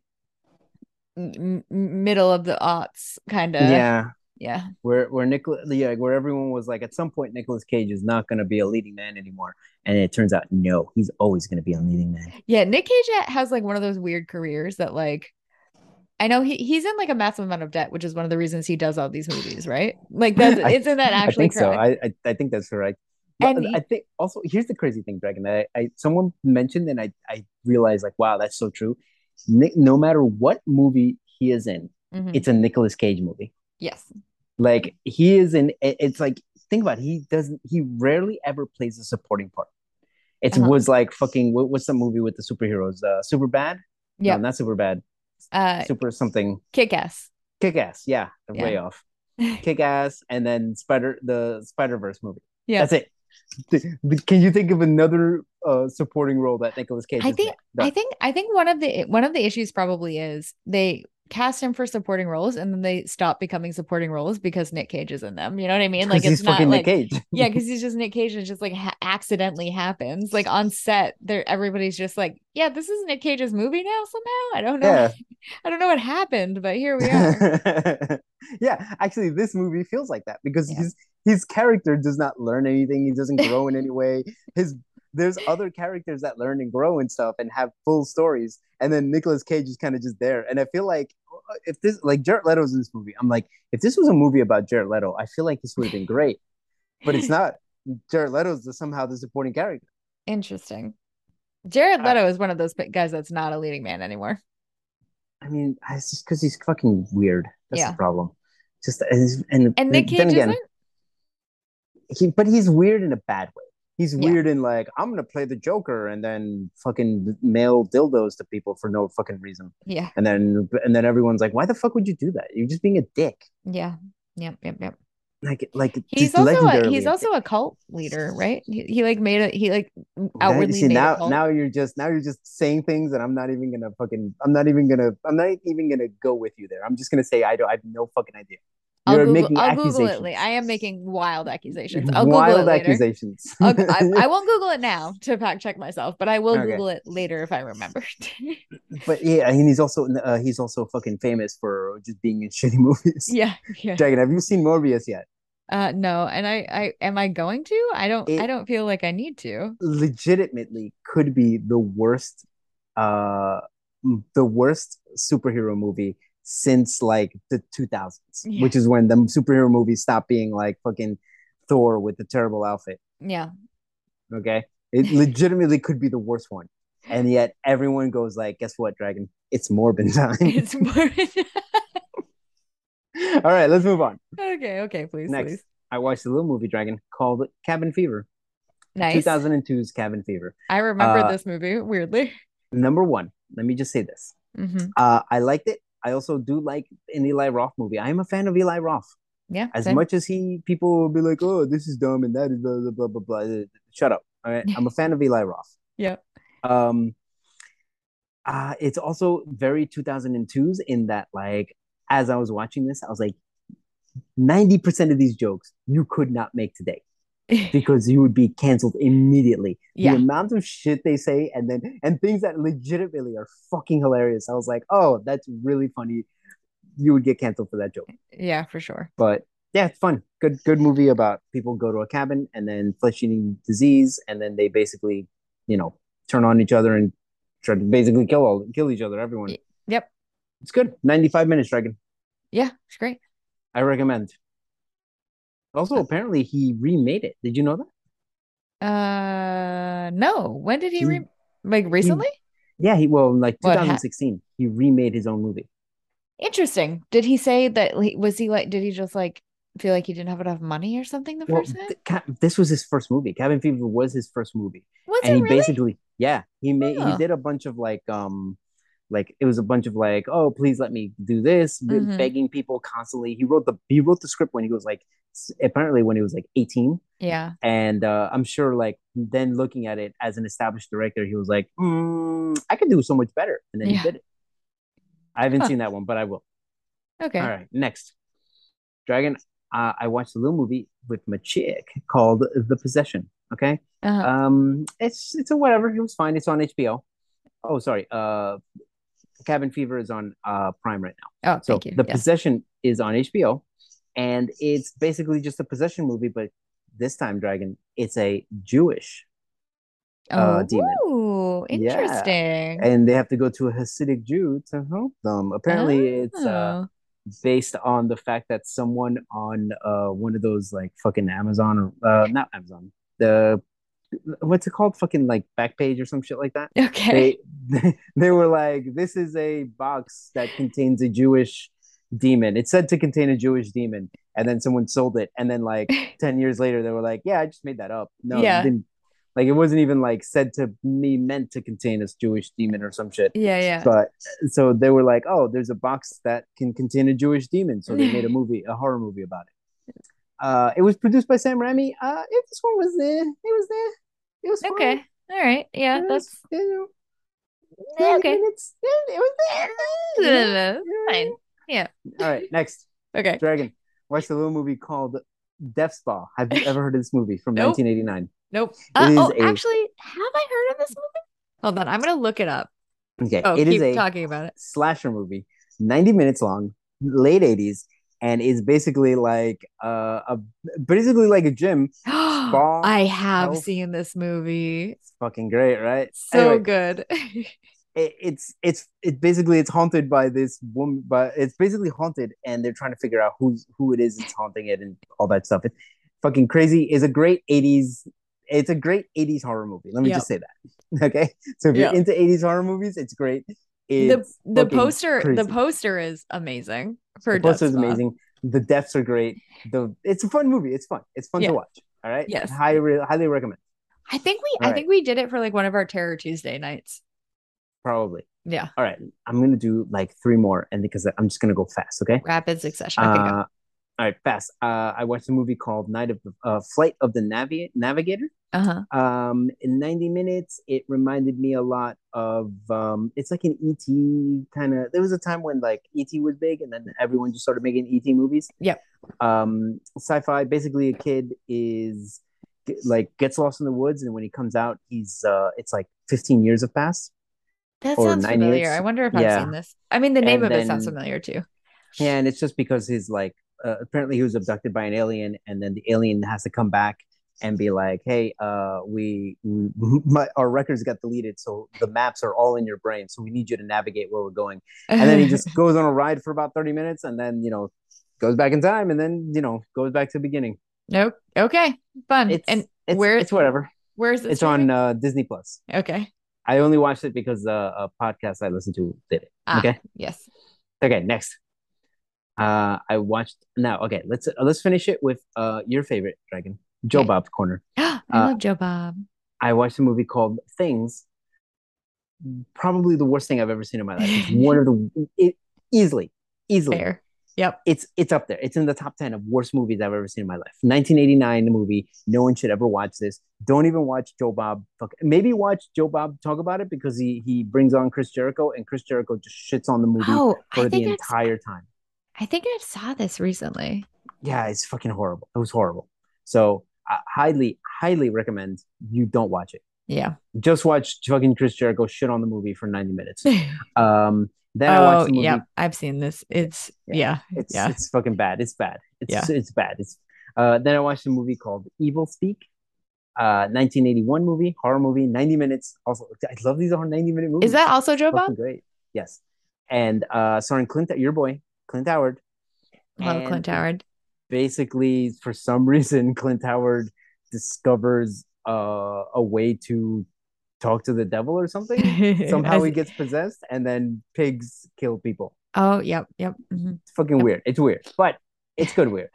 m- m- middle of the aughts kind of.
yeah,
yeah,
where where Nicholas, yeah, where everyone was like, at some point, Nicholas Cage is not going to be a leading man anymore, and it turns out, no, he's always going to be a leading man.
yeah. Nick Cage has like one of those weird careers that like. I know he, he's in like a massive amount of debt, which is one of the reasons he does all these movies, right? Like that's
I-
isn't that
I
actually
think so.
correct?
I, I I think that's correct. But
And he-
I think also here's the crazy thing, Dragon. That I, I someone mentioned, and I I realized like, wow, that's so true. Nick, no matter what movie he is in,
Mhm.
it's a Nicolas Cage movie.
Yes.
Like he is in. it- It's like think about it, he doesn't he rarely ever plays a supporting part. It uh-huh. was like fucking what, what's the movie with the superheroes? Uh, super bad?
Yeah,
no, not super bad. Uh, super something.
Kick ass.
Kick ass. Yeah, yeah. way off. Kick ass, and then Spider the Spider Verse movie. Yeah, that's it. The, the, can you think of another uh, supporting role that Nicholas Cage?
I think no. I think I think one of the one of the issues probably is they cast him for supporting roles and then they stop becoming supporting roles because Nick Cage is in them. You know what I mean? Like it's not like,
Nick Cage.
yeah, because he's just Nick Cage and it just like ha- accidentally happens. Like on set, there everybody's just like, yeah, this is Nick Cage's movie now somehow. I don't know. Yeah. I don't know what happened, but here we
are. yeah, actually, this movie feels like that because yeah. his his character does not learn anything. He doesn't grow in any way. His there's other characters that learn and grow and stuff and have full stories. And then Nicolas Cage is kind of just there. And I feel like if this like Jared Leto's in this movie, I'm like, if this was a movie about Jared Leto, I feel like this would have been great. But it's not. Jared Leto's the, somehow the supporting character.
Interesting. Jared Leto uh, is one of those guys that's not a leading man anymore.
I mean, it's just because he's fucking weird. That's
yeah.
the problem. Just and and,
and Nick Cage then again, isn't?
He, but he's weird in a bad way. He's weird yeah. in like I'm gonna play the Joker and then fucking mail dildos to people for no fucking reason.
Yeah.
And then and then everyone's like, why the fuck would you do that? You're just being a dick.
Yeah. Yep. Yep. Yep.
Like like
he's also a, he's also a cult leader, right? He, he like made a he like outwardly.
Now, see, now now you're just now you're just saying things and I'm not even gonna fucking I'm not even gonna I'm not even gonna go with you there. I'm just gonna say I don't I have no fucking idea.
You're I'll Google, making I'll Google it. Later. I am making wild accusations. I'll
wild
Google it later.
accusations.
I, I won't Google it now to fact check myself, but I will okay. Google it later if I remember.
but yeah, and he's also uh, he's also fucking famous for just being in shitty movies.
Yeah, yeah.
Dragon, have you seen Morbius yet?
Uh, no, and I, I am I going to? I don't. It I don't feel like I need to.
Legitimately, could be the worst, uh, the worst superhero movie since like the 2000s, yeah. which is when the superhero movies stopped being like fucking Thor with the terrible outfit.
Yeah.
Okay. It legitimately could be the worst one. And yet everyone goes like, guess what, Dragon? It's Morbin time.
It's Morbin.
All right, let's move on.
Okay, okay, please.
Next,
please.
I watched a little movie, Dragon, called Cabin Fever.
Nice.
2002's Cabin Fever.
I remember uh, this movie, weirdly.
Number one, let me just say this.
Mm-hmm.
Uh, I liked it. I also do like an Eli Roth movie. I am a fan of Eli Roth.
Yeah.
As same. much as he, people will be like, "Oh, this is dumb," and that is blah blah blah blah blah. Shut up. All right. I'm a fan of Eli Roth.
Yeah.
Um. Uh, it's also very 2002s in that, like, as I was watching this, I was like, 90% of these jokes you could not make today because you would be canceled immediately.
Yeah.
The amount of shit they say and then and things that legitimately are fucking hilarious. I was like, oh, that's really funny. You would get canceled for that joke.
Yeah, for sure.
But yeah, it's fun. Good good movie about people go to a cabin and then flesh eating disease and then they basically, you know, turn on each other and try to basically kill all kill each other, everyone.
Yep.
It's good. 95 minutes, Dragon.
Yeah, it's great.
I recommend. Also, apparently he remade it. Did you know
that? Uh, no. When did he, he
Mm.
re- like recently?
He, yeah, he well, like 2016, ha- he remade his own movie.
Interesting. Did he say that? Was he like? Did he just like feel like he didn't have enough money or something? The well, first time.
Th- this was his first movie. Cabin Fever was his first movie.
Was
and
it
he
really?
basically, yeah, he made huh. he did a bunch of like um like it was a bunch of like oh please let me do this mm-hmm. begging people constantly he wrote the he wrote the script when he was like apparently when he was like 18
yeah
and uh, i'm sure like then looking at it as an established director he was like mm, i could do so much better and then yeah. he did it i haven't huh. seen that one but i will
okay
all right next dragon uh, i watched a little movie with my chick called the possession okay
uh-huh.
um it's it's a whatever it was fine it's on hbo oh sorry uh Cabin Fever is on uh, Prime right
now. Oh,
so
thank you.
The yeah. Possession is on HBO, and it's basically just a possession movie, but this time, Dragon, it's a Jewish uh, oh, demon.
interesting. Yeah.
And they have to go to a Hasidic Jew to help them. Apparently, oh. it's uh, based on the fact that someone on uh, one of those like fucking Amazon or uh, not Amazon the what's it called fucking like backpage or some shit like that
Oh, okay
they, they, they, were like this is a box that contains a jewish demon it's said to contain a jewish demon and then someone sold it and then like 10 years later they were like yeah i just made that up no
Yeah.
it didn't like it wasn't even like said to me meant to contain this jewish demon or some shit
Yeah, yeah.
but uh, so they were like oh there's a box that can contain a jewish demon so they made a movie a horror movie about it uh it was produced by sam raimi uh it, this one was there it was there it was fine.
Okay. All right. Yeah,
It was,
that's
you know,
Yeah,
90
okay.
minutes. Yeah, it was eh, there. Yeah.
fine.
all right next
Okay.
Dragon, watch the little movie called Death Spa. Have you ever heard of this movie from
Nope.
1989?
Nope. Uh,
is
oh,
a-
actually, have I heard of this movie? Hold on, I'm gonna look it up.
Okay,
Oh,
it is
keep
a
talking about it.
slasher movie, 90 minutes long, late 80s, and is basically like uh, a basically like a gym. Spa
I have
Health.
seen this movie.
It's fucking great, right?
So
Anyway,
good.
it, it's it's it basically it's haunted by this woman, but it's basically haunted, and they're trying to figure out who's who it is that's haunting it and all that stuff. It's fucking crazy. Is a great 80s. It's a great 80s horror movie. Let me
Yep.
just say that. okay so if
Yeah.
you're into 80s horror movies it's great
the
it's
the
fucking
poster the
crazy.
poster is amazing for
the poster is
Death Spa.
amazing the deaths are great the it's a fun movie it's fun it's fun
Yeah.
to watch all right
Yes.
highly re- highly recommend
I think we I
All
think we did it for like one of our Terror Tuesday nights.
probably
Yeah.
all right i'm gonna do like three more and because i'm just gonna go fast okay
Rapid succession. Okay, go.
uh, all right fast uh, i watched a movie called night of the uh, flight of the Navi- navigator
Uh-huh.
um in 90 minutes it reminded me a lot of um it's like an et kind of there was a time when like et was big and then everyone just started making et movies
Yep.
um sci-fi basically a kid is get- like gets lost in the woods and when he comes out he's uh it's like 15 years have passed
That
or
sounds
98.
familiar. I wonder if I've
Yeah.
seen this. I mean the name
And
of it sounds
then-
familiar too.
and it's just because his like uh, apparently he was abducted by an alien and then the alien has to come back and be like hey uh we my, our records got deleted so the maps are all in your brain so we need you to navigate where we're going and then he just goes on a ride for about 30 minutes and then you know goes back in time and then you know goes back to the beginning
Nope. Okay. Fun.
it's
and
it's,
where-
it's whatever
where is this?
it's on
streaming?
uh, disney plus
Okay.
i only watched it because uh, a podcast i listened to did it
Ah.
okay
Yes.
Okay, next. Uh, I watched now. Okay, let's uh, let's finish it with uh your favorite dragon, Joe
Okay.
Bob's Corner.
I
Uh,
love Joe Bob.
I watched a movie called Things. Probably the worst thing I've ever seen in my life. It's one of the it easily, easily.
Fair. Yep.
It's it's up there. It's in the top ten of worst movies I've ever seen in my life. 1989 movie. No one should ever watch this. Don't even watch Joe Bob. Fuck, maybe watch Joe Bob talk about it because he he brings on Chris Jericho and Chris Jericho just shits on the movie
Oh,
for
I
the
think I,
entire time.
I think I saw this recently.
yeah, it's fucking horrible. It was horrible. So I highly, highly recommend you don't watch it.
Yeah.
Just watch fucking Chris Jericho shit on the movie for 90 minutes. Um, then I
oh,
watched the movie.
yeah. I've seen this. It's yeah.
Yeah.
Yeah.
It's it's fucking bad. It's bad. It's
Yeah.
it's bad. It's uh, then I watched a movie called Evil Speak. Uh, 1981 movie, horror movie, 90 minutes. Also, I love these are 90 minute movies.
Is that also Joe Bob?
fucking great? Yes. And uh, starring Clint, your boy, Clint Howard.
Love Oh, Clint
And-
Howard.
basically for some reason clint howard discovers uh, a way to talk to the devil or something somehow
I
he
see-
gets possessed and then pigs kill people
Oh, yep, yep. mhm.
it's fucking weird it's weird but it's good weird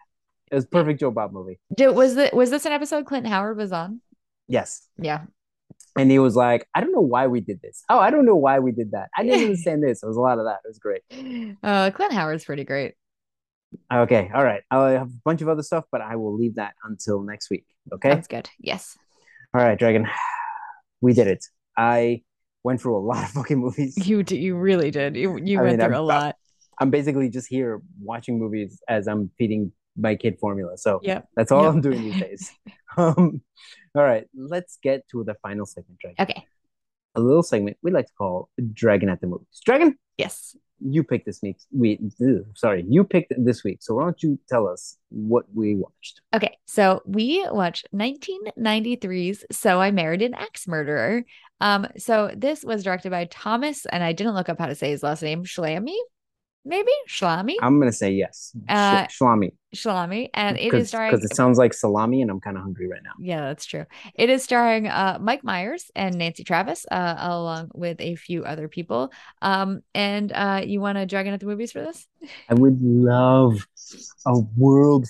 it was perfect joe bob movie
Did, was the was this an episode Clint Howard was on?
yes
Yeah.
and he was like i don't know why we did this oh i don't know why we did that i didn't understand this it was a lot of that it was great
Uh, Clint Howard's pretty great.
okay all right i have a bunch of other stuff but i will leave that until next week okay
Sounds good. Yes.
All right, Dragon. We did it. I went through a lot of fucking movies.
You do, you really did. You you
I
went
mean,
through
I'm-
a lot.
I'm basically just here watching movies as I'm feeding my kid formula. So
Yep.
that's all
Yep.
I'm doing these days. um, all right, let's get to the final segment, Dragon.
Okay.
A little segment we like to call Dragon at the Movies. Dragon,
Yes.
you picked this week. We, ugh, sorry, you picked this week. So why don't you tell us what we watched?
Okay, so we watched 1993's So I Married an Axe Murderer. Um, so this was directed by Thomas, and I didn't look up how to say his last name, Schlamme. maybe Shlami.
I'm gonna say yes.
Uh,
Sh- Shlami.
Shlami, and it
Cause,
is starring.
'cause it sounds like salami, and I'm kind of hungry right now.
Yeah, that's true. It is starring uh, Mike Myers and Nancy Travis, uh, along with a few other people. Um, and uh, you want to Dragon at the movies for this?
I would love a world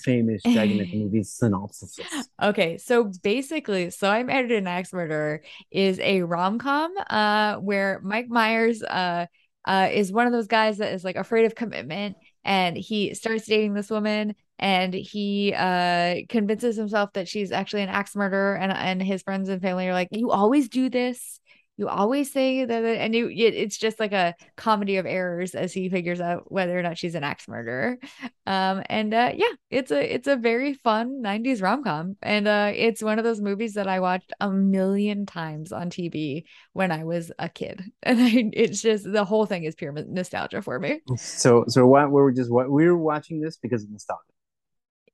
famous Dragon at the Movies synopsis.
Okay, so basically, so I'm edited an axe murderer is a rom com uh, where Mike Myers uh, uh, is one of those guys that is like afraid of commitment, and he starts dating this woman, and he uh, convinces himself that she's actually an axe murderer, and and his friends and family are like, "You always do this." You always say that, and you, it, it's just like a comedy of errors as he figures out whether or not she's an axe murderer um and uh yeah it's a it's a very fun 90s rom-com and uh it's one of those movies that i watched a million times on tv when i was a kid and I, it's just the whole thing is pure nostalgia for me
So, so what we were just what we were watching this because of nostalgia.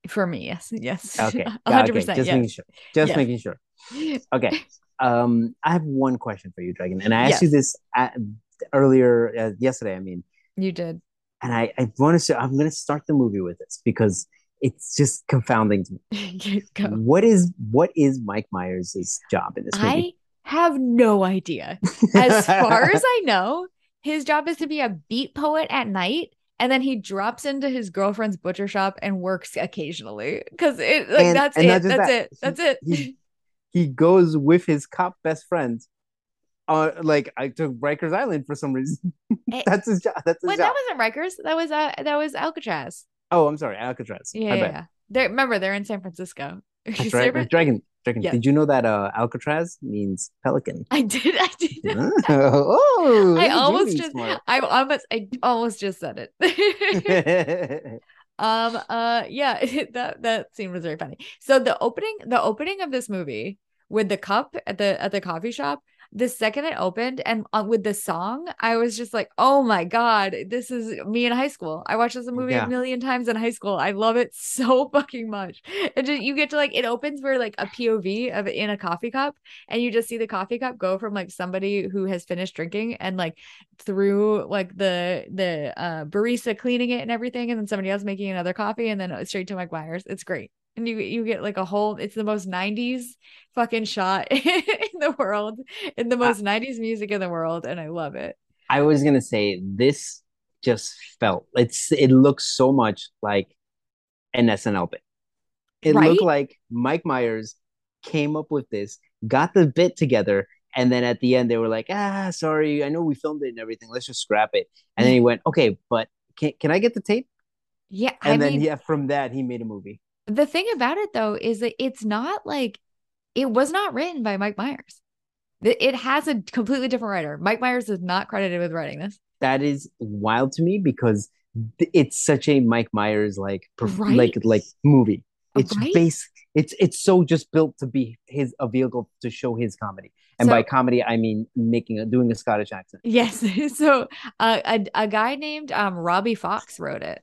for me yes yes
Okay, yeah,
100%
okay. Just
yes.
making sure. Just
Yes.
making sure. Okay. Um, I have one question for you, Dragon, and I asked you this at, earlier uh, yesterday. I mean,
you did
and I, I want to. Show, I'm going to start the movie with this because it's just confounding to me.
go
What is what is Mike Myers' job in this movie?
i have no idea as far as I know, his job is to be a beat poet at night. And then he drops into his girlfriend's butcher shop and works occasionally because it like
And-
that's
and
it
not
that's
just that.
it that's it
he- he goes with his cop best friend. Uh, like I took Rikers Island for some reason.
Eh,
That's his job. That's his
Wait,
job.
that wasn't Rikers that was uh that was Alcatraz
Oh, I'm sorry, Alcatraz.
yeah
My
yeah,
bad.
yeah. They remember they're in San Francisco
That's
San
right.
Fran-
Dragon, Dragon.
Yeah.
Did you know that uh, Alcatraz means pelican?
I did I did
oh, look
I
at you
almost
being
just
smart.
I almost I almost just said it um uh yeah that that scene was very funny so the opening the opening of this movie with the cup at the at the coffee shop the second it opened and uh, with the song i was just like oh my god this is me in high school i watched this movie
Yeah.
a million times in high school i love it so fucking much and just, you get to like it opens where like a pov of in a coffee cup and you just see the coffee cup go from like somebody who has finished drinking and like through like the the uh barista cleaning it and everything and then somebody else making another coffee and then uh, straight to Mike Myers. It's great. And you you get like a whole it's the most 90s fucking shot in the world in the most 90s music in the world and I love it.
I was gonna say this just felt it's it looks so much like an SNL bit. It
Right?
looked like Mike Myers came up with this, got the bit together, and then at the end they were like, "Ah, sorry, I know we filmed it and everything. Let's just scrap it." And
Mm.
then he went, "Okay, but can can I get the tape?"
Yeah, I
And then
mean
yeah, from that he made a movie.
the thing about it though is that it's not like it was not written by Mike Myers. Th- It has a completely different writer. Mike Myers is not credited with writing this.
That is wild to me because th- it's such a Mike Myers like perf-
Right? Uh,
like like movie. It's
Right?
base. It's it's so just built to be his a vehicle to show his comedy, and
So-
by comedy I mean making a, doing a Scottish accent.
Yes. So uh, a a guy named um Robbie Fox wrote it.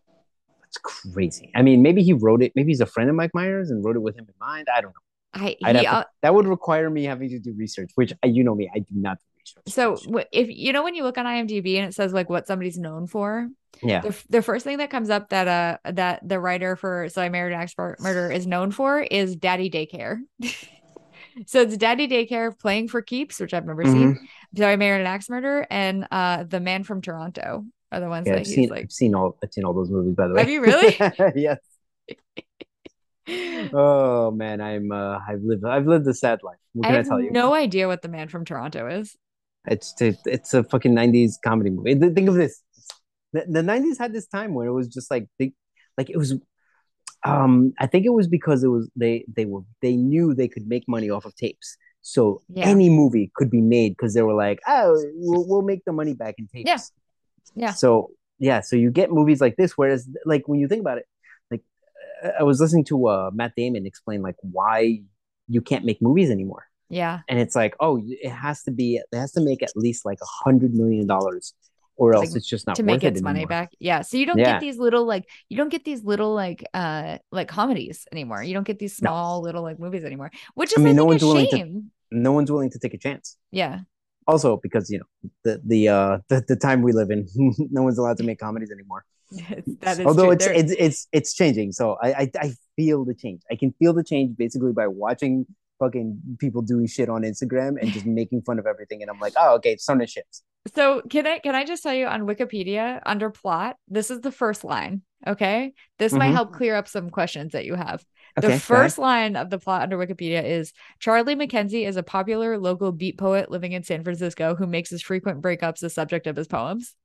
That's crazy. I mean, maybe he wrote it. Maybe he's a friend of Mike Myers and wrote it with him in mind. I don't know.
I he,
I'd have to-
uh,
That would require me having to do research, which uh, you know me, I do not do research.
so w- if you know when you look on IMDb and it says like what somebody's known for,
yeah,
the, f- the first thing that comes up that uh that the writer for So I Married an Expert Murder is known for is Daddy Daycare. so it's Daddy Daycare playing for keeps, which I've never seen.
Mhm.
So I Married an Axe Murder and uh The Man from Toronto are the ones
yeah.
that
I've
he's
seen.
like.
I've seen all. I've seen all those movies. By the way,
Have you really?
yes. Oh man, I'm. Uh, I've lived. I've lived a sad life. What
I
can I,
have
tell you?
no idea what The Man from Toronto is.
It's it, it's a fucking nineties comedy movie. Th- Think of this: the the nineties had this time where it was just like they, like it was. Um, I think it was because it was they they were they knew they could make money off of tapes, so
Yeah.
any movie could be made because they were like, oh, we'll, we'll make the money back in tapes.
Yeah. Yeah.
So yeah, so you get movies like this, whereas like when you think about it, like uh, I was listening to uh, Matt Damon explain like why you can't make movies anymore
Yeah.
and it's like oh you- it has to be it has to make at least like a hundred million dollars or
Like,
else it's just not
to
worth
make
it
its money
anymore.
back. Yeah. So you don't
Yeah.
get these little like you don't get these little like uh like comedies anymore. You don't get these
No.
small little like movies anymore, which is
I
I
mean, no
think
one's
a
willing to-
shame.
no one's willing to take a chance
Yeah.
also because you know the the uh the, the time we live in no one's allowed to make comedies anymore
that is
although
true.
it's,
There-
it's it's it's changing so I, I i feel the change i can feel the change basically by watching fucking people doing shit on instagram and just making fun of everything and i'm like oh okay it's time to shift
So can I can I just tell you on Wikipedia under plot, this is the first line. Okay. This might
Mhm.
help clear up some questions that you have.
okay
the first line of the plot under Wikipedia is Charlie McKenzie is a popular local beat poet living in San Francisco who makes his frequent breakups the subject of his poems.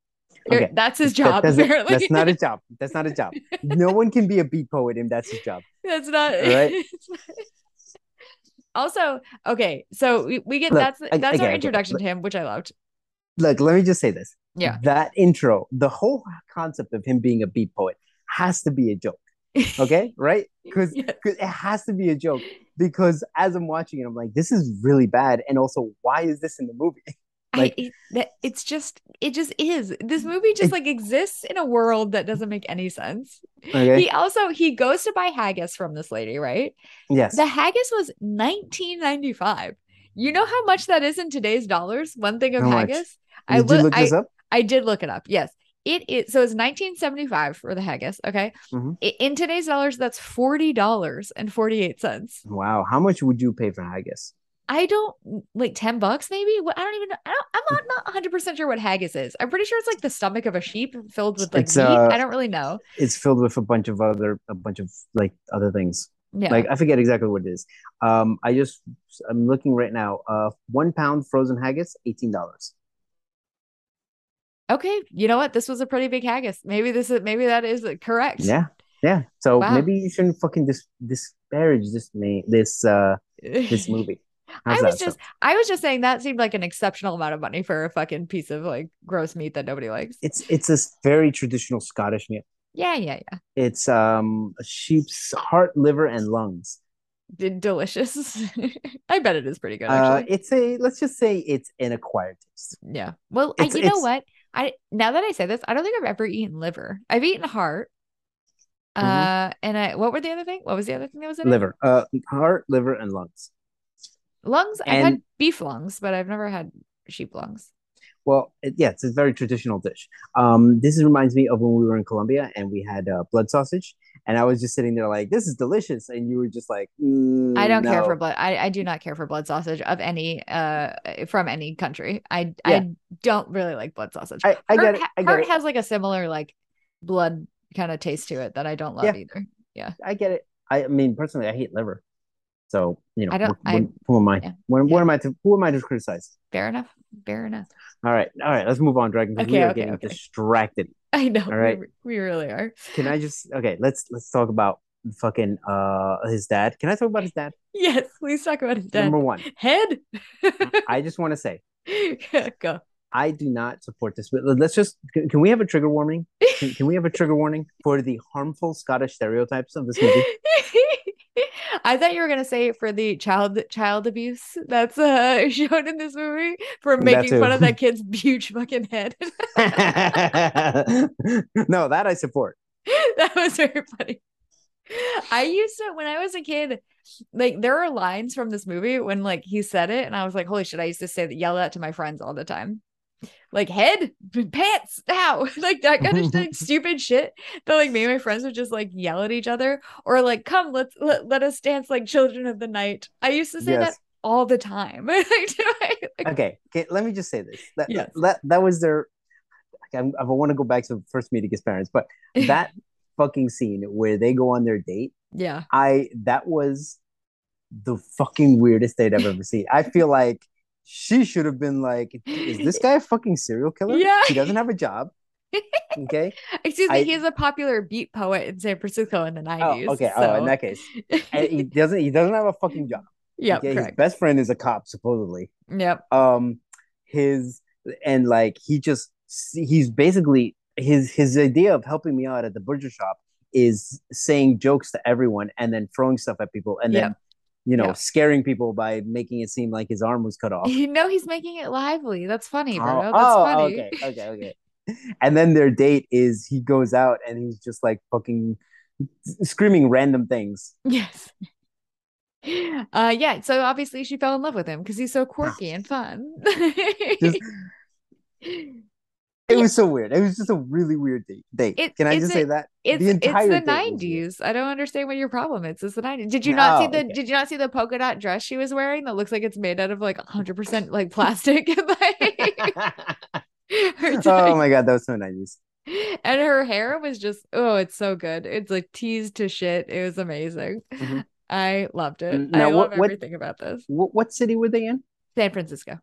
Here-
Okay.
That's his job,
that's,
apparently.
that's not a job that's not a job no one can be a beat poet and that's his job
That's not
Right?
it's not- also, okay, so we, we get
Look,
that's
I-
that's
okay,
our
okay,
introduction to him, which I loved.
look let me just say this
Yeah.
that intro the whole concept of him being a beat poet has to be a joke okay right because
Yes.
it has to be a joke because as i'm watching it i'm like this is really bad and also why is this in the movie Like-
I, it, that, it's just it just is this movie just
It-
like exists in a world that doesn't make any sense
okay
he also he goes to buy haggis from this lady right
yes
the haggis was 1995 you know how much that is in today's dollars one thing of
How much?
haggis
did
i
you
look
look
I,
this up
I did look it up yes it is so it's 1975 for the haggis okay
Mhm.
I- in today's dollars that's $40.48
wow how much would you pay for haggis
I don't like 10 bucks maybe. What I don't even know. I don't, I'm not, not 100 percent sure what haggis is. I'm pretty sure it's like the stomach of a sheep filled with like
It's,
meat.
uh,
I don't really know.
it's filled with a bunch of other a bunch of like other things
Yeah.
like i forget exactly what it is um i just i'm looking right now uh one pound frozen haggis eighteen dollars
okay, you know what? This was a pretty big haggis. Maybe this is maybe that is correct.
yeah yeah so
Wow.
maybe you shouldn't fucking dis- disparage this ma- this uh this movie
I
How's
was
that
just
sound?
I was just saying that seemed like an exceptional amount of money for a fucking piece of like gross meat that nobody likes.
it's it's a s- very traditional Scottish meal.
Yeah, yeah, yeah.
It's um a sheep's heart, liver, and lungs.
D- delicious. I bet it is pretty good actually.
Uh, it's a let's just say it's an acquired taste.
Yeah. Well, I,
It's-
you know
it's-
what? I now that I say this, I don't think I've ever eaten liver. I've eaten heart.
Mhm.
Uh, and I what were the other thing? What was the other thing that was in
Liver, uh, heart, liver, and lungs.
it? Lungs. I've had
And-
beef lungs, but I've never had sheep lungs.
Well, it, yeah, it's a very traditional dish. Um, this reminds me of when we were in Colombia and we had uh, blood sausage, and I was just sitting there like, "This is delicious," and you were just like, "Mm,
I don't care
no."
for blood. I, I do not care for blood sausage of any uh from any country. I
Yeah.
I don't really like blood sausage.
I, I
heart
got it.
ha-
I got
heart
it.
has like a similar like blood kind of taste to it that I don't love
Yeah.
either.
I get it. I, I mean, personally, I hate liver. So you know,
I don't-
wh- wh- who am I?
yeah,
When,
yeah.
What am I to? Who am I to criticize?
Fair enough. Fair enough.
All right, all right. Let's move on, Dragon. 'cause we
Okay,
are
okay,
getting
okay.
distracted.
I know. we
right.
re- we really are.
Can I just? Okay, let's let's talk about fucking uh his dad. Can I talk about his dad?
Yes, please talk about his dad.
Number one,
Head.
I just want to say
Go.
I do not support this. But let's just. Can, can we have a trigger warning? Can, can we have a trigger warning for the harmful Scottish stereotypes of this movie?
I thought you were gonna say for the child child abuse that's uh shown in this movie for
That
making fun
too.
of that kid's huge fucking head.
no, that I support.
that was very funny. I used to when I was a kid, like there are lines from this movie when like he said it, and I was like, "Holy shit!" I used to say that, yell that to my friends all the time, like "head, pants, now," like that kind of like, stupid shit. That like me and my friends would just like yell at each other, or like, "Come, let's let, let us dance like children of the night." I used to say that
Yes.
all the time. Like,
Okay, okay, let me just say this. That,
Yes.
that, that was their. I'm, I want to go back to the first meeting his parents, but that fucking scene where they go on their date,
yeah,
I that was the fucking weirdest date I've ever seen. I feel like she should have been like, "Is this guy a fucking serial killer?
Yeah.
He doesn't have a job." Okay.
excuse me.
I-
he's a popular beat poet in San Francisco in the nineties.
Oh, okay. Oh, in that case, and he doesn't. He doesn't have a fucking job.
Yep,
okay? His
correct.
best friend is a cop, supposedly.
Yep.
um his and like he just he's basically his his idea of helping me out at the butcher shop is saying jokes to everyone and then throwing stuff at people and then you know
Yep.
scaring people by making it seem like his arm was cut off
You know he's making it lively. That's funny,
Oh,
Berto. That's
oh,
funny.
okay okay okay and then their date is he goes out and he's just like fucking screaming random things
Yes. Uh, yeah. So obviously she fell in love with him because he's so quirky and fun.
Just- It was so weird. It was just a really weird date. date.
It-
Can I
it's
just
a-
say that?
It's
entire
it's
date
the
was weird.
nineties. I don't understand what your problem is. It's the nineties. Did you not see
No,
the
okay.
Did you not see the polka dot dress she was wearing that looks like it's made out of like hundred percent like plastic? and like, her
oh my god, that was so nineties.
and her hair was just oh, it's so good. It's like teased to shit. It was amazing.
Mhm.
I loved it.
Now,
I
what-
love
what-
everything about this.
What, what city were they in?
San Francisco.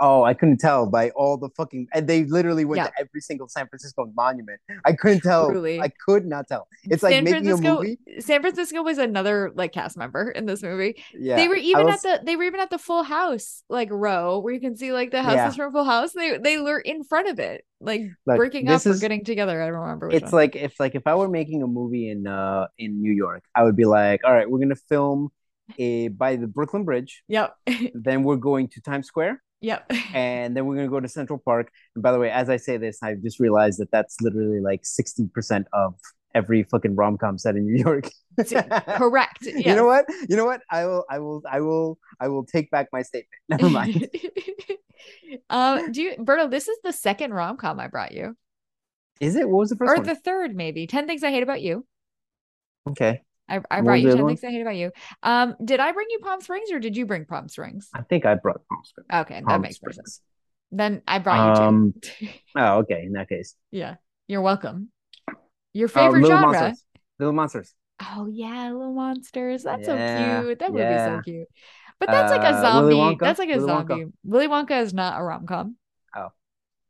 Oh, I couldn't tell by all the fucking. And they literally went
Yeah.
to every single San Francisco monument. I couldn't tell.
Truly.
I could not tell. It's like
San
making
Francisco-
a movie.
San Francisco was another like cast member in this movie.
Yeah,
they were even
was-
at the they were even at the Full House like row where you can see like the houses
Yeah.
from Full House. They they were in front of it, like
Look,
breaking up
this
or
is-
getting together. I don't remember. Which
It's like if like if I were making a movie in uh in New York, I would be like, all right, we're gonna film eh, by the Brooklyn Bridge,
yep,
then we're going to Times Square,
yep.
and then we're gonna go to Central Park. And by the way, as I say this, I just realized that that's literally like sixty percent of every fucking rom com set in New York.
Correct.
You
Yes.
know what? You know what? I will. I will. I will. I will take back my statement. Never mind.
um, do you, Berto? This is the second rom com I brought you,
Is it? What was the first
or
one?
the third maybe. Ten things I hate about you.
Okay,
I, I
What
brought
was
you
the other
ten
one?
things I hate about you. Um, did I bring you Palm Springs or did you bring Palm Springs?
I think I brought Palm Springs.
Okay, that
Palm
makes more
Springs.
sense. Then I brought you
Um,
two.
Oh, okay. In that case,
Yeah, you're welcome. Your
Oh,
favorite
Little
genre?
Monsters. Little Monsters.
Oh yeah, Little Monsters. That's
Yeah,
so cute. That
yeah.
movie's so cute. But that's like a
Uh, Willy
zombie.
Wonka?
That's like a
Willy Wonka.
zombie. Willy Wonka is not a rom com.
Um,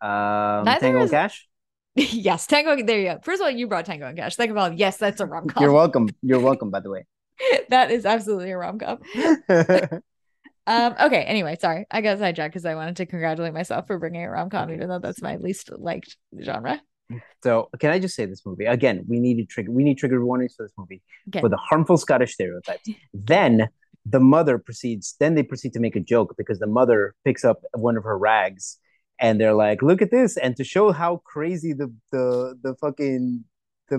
Neither
Tango
is-
and Cash.
yes, Tango. and- There you go. First of all, you brought Tango and Cash. Second of all, yes, that's a rom
You're
com.
welcome. You're welcome. By the way.
that is absolutely a rom com. Um. Okay. Anyway, sorry, I got sidetracked because I wanted to congratulate myself for bringing a rom com, even though that's my least liked genre.
so, can I just say this movie again? We need to trigger. We need trigger warnings for this movie
Okay.
for the harmful Scottish stereotypes. Then the mother proceeds. Then they proceed to make a joke because the mother picks up one of her rags, and they're like, "Look at this!" And to show how crazy the the the fucking the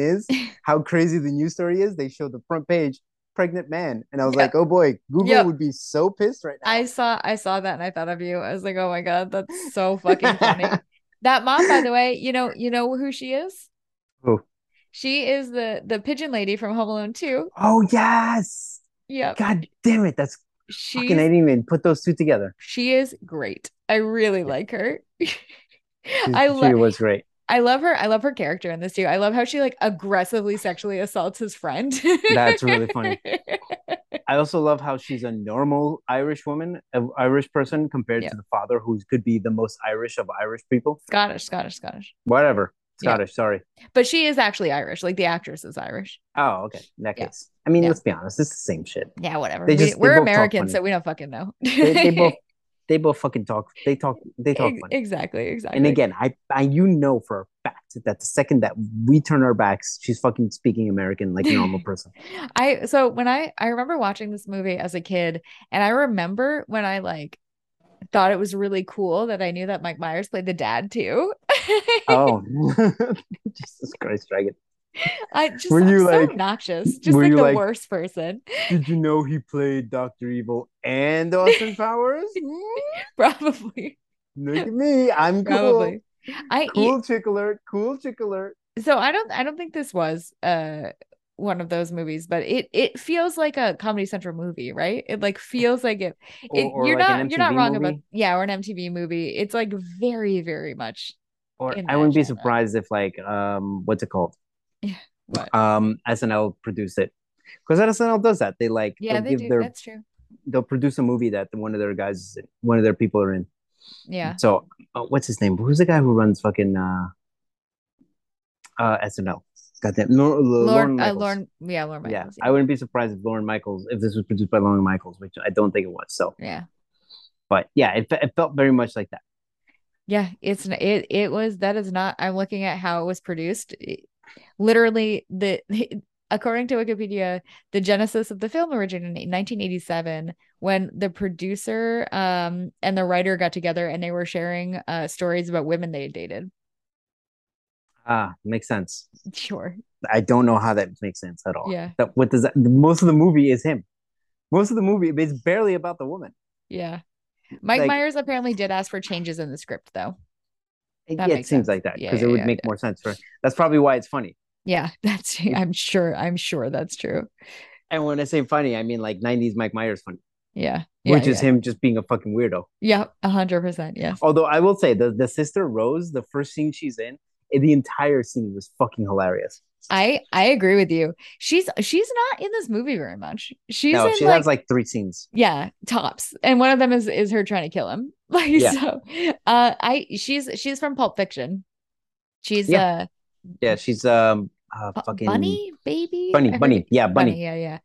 is, how crazy the news story is, they show the front page. Pregnant man, and I was
Yeah.
like, "Oh boy, Google
Yep.
would be so pissed right now."
I saw I saw that and I thought of you. I was like, oh my god, that's so fucking funny. that mom, by the way, you know, you know who she is?
Who?
She is the the pigeon lady from Home Alone 2.
Oh yes!
Yep.
God damn it! That's fucking. I
She's
didn't even put those two together.
she is great. I really like her.
She,
I
she
love
was great.
I love her. I love her character in this too. I love how she like aggressively sexually assaults his friend.
That's really funny. I also love how she's a normal Irish woman, a Irish person, compared
Yeah.
to the father, who could be the most Irish of Irish people.
Scottish, Scottish, Scottish.
Whatever,
Yeah.
Scottish. Sorry.
But she is actually Irish. Like the actress is Irish.
Oh, okay. In that
Yeah.
case, I mean,
Yeah.
let's be honest. It's the same shit.
Yeah, whatever.
They
We-
just- they
we're
both talk
Americans,
funny.
so we don't fucking know.
They, they both, they both fucking talk. They talk. They talk.
Ex-
funny.
exactly, exactly.
And again, I, I, you know for a fact that the second that we turn our backs, she's fucking speaking American like a normal person.
I so when I I remember watching this movie as a kid, and I remember when I like thought it was really cool that I knew that Mike Myers played the dad too.
Oh, Jesus Christ, dragon!
I just
Were
I'm
you,
so
like-
obnoxious, just
were
like
you,
the
like-
worst person,
Did you know he played Doctor Evil and Austin Powers?
probably,
Look at me, I'm cool.
probably. I e,
Cool chick alert! Cool chick alert!
so I don't I don't think this was uh one of those movies, but it it feels like a Comedy Central movie, right? It like feels like it. it
Or, or
you're
like
not
an
you're not
MTV
wrong
movie.
about yeah, or an MTV movie. It's like very very much
Or
in
I wouldn't
that
be
genre.
surprised if like um what's it called?
what
Um SNL produced it because SNL does that. They like
yeah
they'll
they
give
do
their
that's true
they'll produce a movie that one of their guys is in- one of their people are in.
yeah
So uh, what's his name? Who's the guy who runs fucking uh uh SNL? Goddamn, Nor- L- Lauren.
Lauren uh,
Michaels.
Lauren yeah Lauren
yeah,
Michaels, yeah
I wouldn't be surprised if Lauren Michaels if this was produced by Lauren Michaels, which I don't think it was. So,
yeah
but yeah, it, fe- it felt very much like that.
yeah it's n- it it was that is not I'm looking at how it was produced It- literally the according to Wikipedia the genesis of the film originated in 1987 when the producer um and the writer got together and they were sharing uh stories about women they had dated
Ah, makes sense.
sure
I don't know how that makes sense at all.
yeah
That what does that? Most of the movie is him. Most of the movie it's barely about the woman.
Yeah. Mike
Like-
Myers apparently did ask for changes in the script though.
It,
That
yeah, it
makes
seems
sense.
like that
Yeah,
because
yeah,
it would
yeah,
make
yeah.
more sense for. That's probably why it's funny.
Yeah, that's I'm sure I'm sure that's true.
And when I say funny, I mean like '90s Mike Myers funny,
Yeah. yeah
which
yeah.
is him just being a fucking weirdo.
Yeah, a hundred percent. Yes.
Although I will say the the sister Rose, the first scene she's in, eh, the entire scene was fucking hilarious.
I I agree with you. She's she's not in this movie very much. She's
no,
in
she
like,
has like three scenes.
yeah tops, and one of them is is her trying to kill him. Like
Yeah.
so, uh, I she's she's from Pulp Fiction. She's
Yeah.
uh
Yeah, she's um uh,
Bu-
fucking
bunny baby I
bunny,
forget-
bunny. Yeah, bunny.
yeah yeah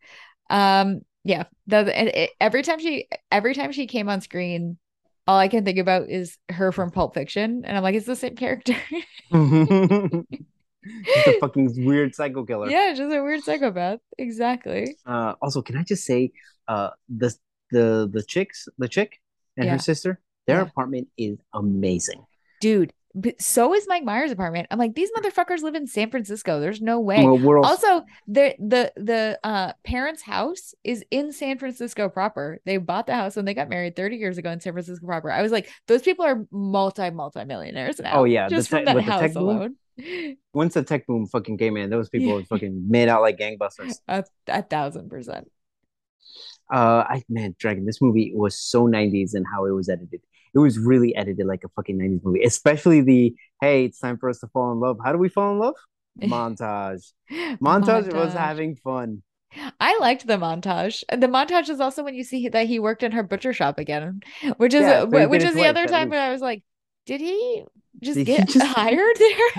um yeah the, the- and it- every time she every time she came on screen all i can think about is her from pulp fiction and i'm like it's the same character
She's a fucking weird psycho killer.
yeah just a weird psychopath exactly
Uh, also, can I just say, uh, the the the chicks, the chick and
Yeah.
her sister, their
Yeah.
apartment is amazing.
dude but so is mike myers apartment i'm like these motherfuckers live in san francisco there's no way
Well, we're also,
also the the the uh parents house is in san francisco proper they bought the house when they got married 30 years ago in san francisco proper i was like those people are multi multi millionaires now
Oh, yeah, the
just
tech-
from that
with the tech
house
boom?
alone
once the tech boom fucking came in, those people
Yeah.
were fucking made out like gangbusters.
a, a thousand percent
Uh, I man, Dragon, this movie was so '90s and how it was edited. It was really edited like a fucking '90s movie, especially the "Hey, it's time for us to fall in love." How do we fall in love? Montage. Montage was having fun.
i liked the montage And the montage is also when you see that he worked in her butcher shop again which is
Yeah, so he did
which
it
is the
twice,
other
at
time
least.
when i was like did he just
Did he
get
just-
hired there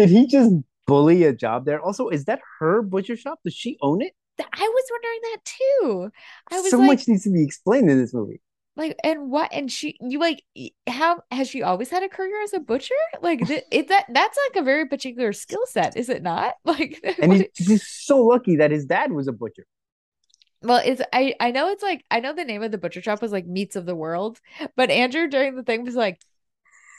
Did he just bully a job there? Also, is that her butcher shop? Does she own it?
Th- I was wondering that too. I was
so
like,
much needs to be explained in this movie.
like, and what? And she, you like, y- how has she always had a career as a butcher? Like, th- it that that's like a very particular skill set, is it not? Like,
And
what-
he's just so lucky that his dad was a butcher.
well, it's I I know it's like I know the name of the butcher shop was like Meats of the World, but Andrew during the thing was like,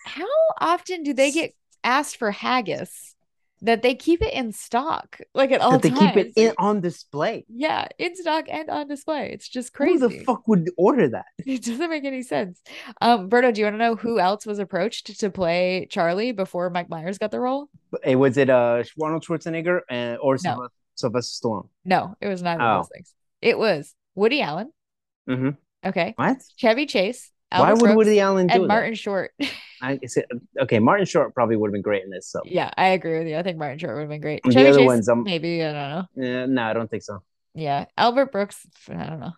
how often do they get asked for haggis that they keep it in stock like at all
that they
times?
keep it in, on display.
yeah, in stock and on display. It's just crazy.
Who the fuck would order that?
It doesn't make any sense. Um, Berto, do you want to know who else was approached to play Charlie before Mike Myers got the role?
Eh, was it uh, Arnold Schwarzenegger and, or Sylvester, Sylvester Stallone?
No, it was neither
Oh.
of those things. It was Woody Allen.
Mhm.
Okay.
What?
Chevy Chase.
Why
Albert
would
Brooks,
Woody Allen do
and
that?
Martin Short?
I, is it- okay, Martin Short probably would have been great in this. So,
yeah, I agree with you. I think Martin Short would have been great.
The
Chevy
other
Chase,
ones, um,
maybe I don't know.
eh, no, I don't think so.
Yeah, Albert Brooks. I don't know.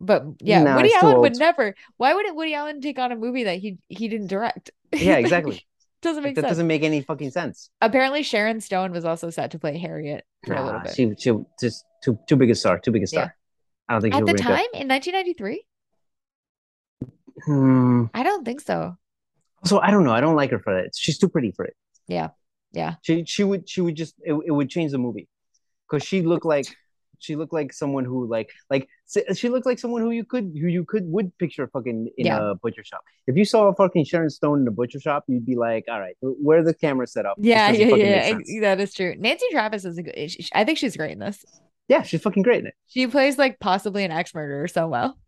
But yeah,
Nah,
Woody
he's too
Allen would
old.
never. Why wouldn't Woody Allen take on a movie that he he didn't direct?
Yeah, exactly.
doesn't
Like,
make
that
sense.
doesn't make any fucking sense.
Apparently, Sharon Stone was also set to play Harriet for a little
Nah,
bit.
she, she just too too big a star, too big a star. I don't think she
at
would
the
have been
time in 1993
good. Hmm.
i don't think so
So I don't know. I don't like her for that. She's too pretty for it.
Yeah. Yeah.
She she would she would just it, it would change the movie because she looked like she looked like someone who like like s- she looked like someone who you could who you could would picture fucking in
Yeah.
a butcher shop. If you saw fucking Sharon Stone in a butcher shop, you'd be like, all right, wh- where are the camera set up? This
yeah
doesn't
yeah
fucking
yeah
make
ex-
sense.
that is true nancy travis is a good she- she- i think she's great in this
Yeah, she's fucking great in
she plays like possibly an axe murderer so well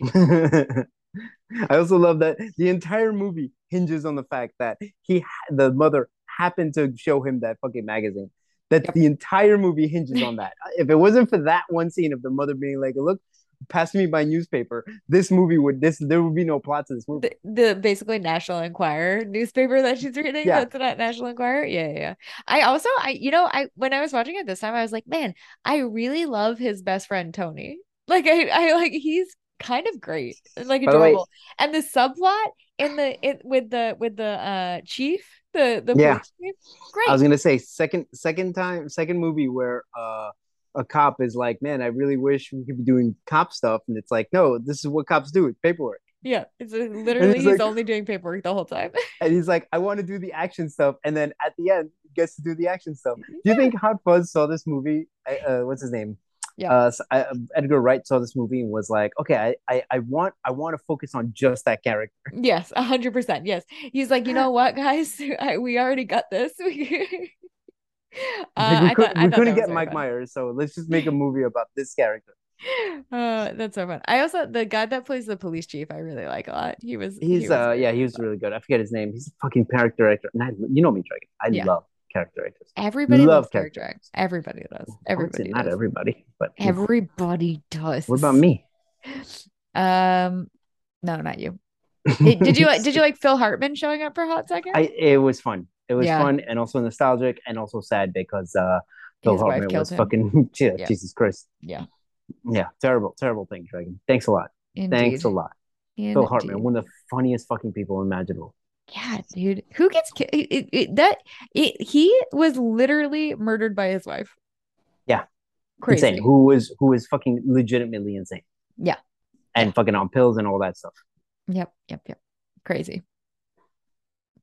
it. I also love that the entire movie hinges on the fact that he ha- the mother happened to show him that fucking magazine. That
Yep.
the entire movie hinges on that. If it wasn't for that one scene of the mother being like, "Look, pass me my newspaper," this movie would this there would be no plot to this movie.
the, the basically national enquirer newspaper that she's reading
Yeah.
that's not national enquirer yeah yeah yeah. i also i you know i when i was watching it this time i was like man i really love his best friend tony like i i like he's kind of great and like
By the way-
adorable and the subplot in the it with the with the uh chief the the
Yeah.
police chief, great
I was gonna say second second time second movie where uh, a cop is like, "Man, I really wish we could be doing cop stuff," and it's like, "No, this is what cops do. It's paperwork."
Yeah, it's uh, literally he's
like-
only doing paperwork the whole time.
And he's like, I want to do the action stuff. And then at the end, he gets to do the action stuff. Do you think Hot Fuzz saw this movie? I- Uh, what's his name?
Yeah.
Uh, s- I- Edgar Wright saw this movie and was like, okay, I, I, I want I want to focus on just that character.
yes, a hundred percent. Yes, he's like, you know what, guys, I, we already got this. We- uh,
Like, we
I thought- Uh, I
could, we
thought that
couldn't
was
get
very
Mike
funny.
Myers, so let's just make a movie about this character.
oh, that's so fun. I also the guy that plays the police chief, I really like a lot. He was he
He's
was
uh
really
yeah, he was
fun.
really good. I forget his name. He's a fucking character actor. And I, you know me, Dragon. I
Yeah.
love character actors.
everybody
love
loves character actors. Everybody does. Everybody
not
does.
everybody, but
Everybody does.
what about me?
Um, no, not you. Hey, did you like? Did you like Phil Hartman showing up for a hot second?
I it was fun. It was
Yeah.
fun and also nostalgic and also sad because uh Bill
His wife
Hartman
killed
was
him.
fucking yeah,
Yeah.
Jesus Christ.
Yeah.
Yeah. Terrible, terrible thing, Dragon. Thanks a lot. Thanks a
Indeed.
lot. Bill
Indeed.
Hartman, one of the funniest fucking people imaginable.
Yeah, dude. Who gets ki- it, it, it- that? It, he was literally murdered by his wife.
Yeah.
Crazy.
Insane. Who was who was fucking legitimately insane.
Yeah.
And fucking on pills and all that stuff.
Yep. Yep. Yep. Crazy.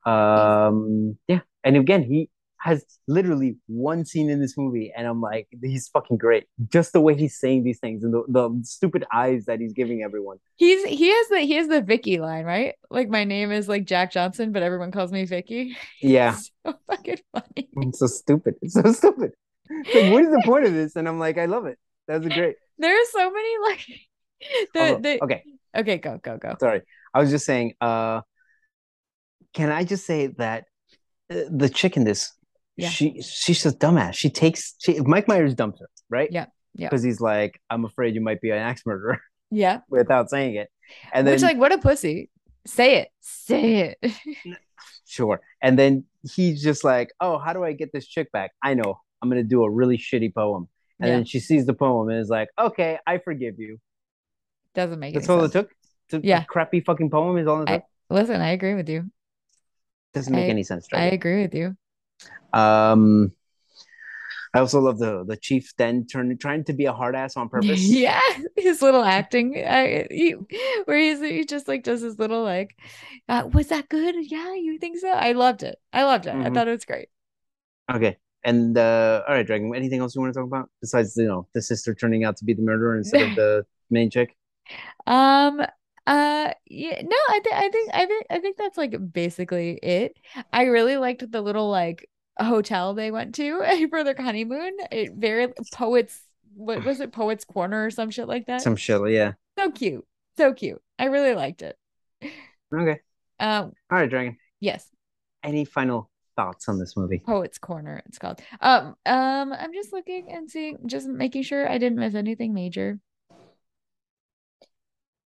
Um yeah. And again, he has literally one scene in this movie, and I'm like, he's fucking great. Just the way he's saying these things and the, the stupid eyes that he's giving everyone.
He's he has the he has the Vicky line, right? Like my name is like Jack Johnson, but everyone calls me Vicky.
Yeah.
So fucking funny.
It's so stupid. It's so stupid. It's like, what is the point of this? And I'm like, I love it. That's great.
There are so many like the,
Although-
the
okay,
okay, go, go, go.
sorry. I was just saying, uh can I just say that uh, the chick in this,
Yeah.
she she's just dumbass. She takes she Mike Myers dumps her, right?
Yeah, yeah.
Because he's like, I'm afraid you might be an axe murderer
Yeah.
without saying it. And then
Which like what a pussy. Say it. Say it.
sure. And then he's just like, Oh, how do I get this chick back? I know. I'm gonna do a really shitty poem. And
yeah.
then she sees the poem and is like, Okay, I forgive you.
Doesn't make any
That's all it
sense.
took. To
Yeah.
a crappy fucking poem is all it
I-
took.
Listen, I agree with you.
Doesn't make
I-
any sense.
I
Dragon.
agree with you.
um, I also love the the chief then turn, trying to be a hard ass on purpose.
Yeah, his little acting, I, he, where he's he just like does his little like, uh, was that good? Yeah, you think so? I loved it. I loved it. I
Mhm.
thought it was great.
Okay. And uh, all right, Dragon. Anything else you want to talk about besides you know the sister turning out to be the murderer instead of the main chick?
Um. Uh. Yeah. No. I think. I think. I think. I think that's like basically it. I really liked the little like hotel they went to for their honeymoon. It very poets. What was it? Poets Corner or some shit like that.
Some shit. Yeah.
so cute. So cute. I really liked it.
Okay.
Um.
All right, Dragon.
Yes.
Any final thoughts on this movie?
Poets Corner, Oh, it's called. Um, um, I'm just looking and seeing, just making sure I didn't miss anything major.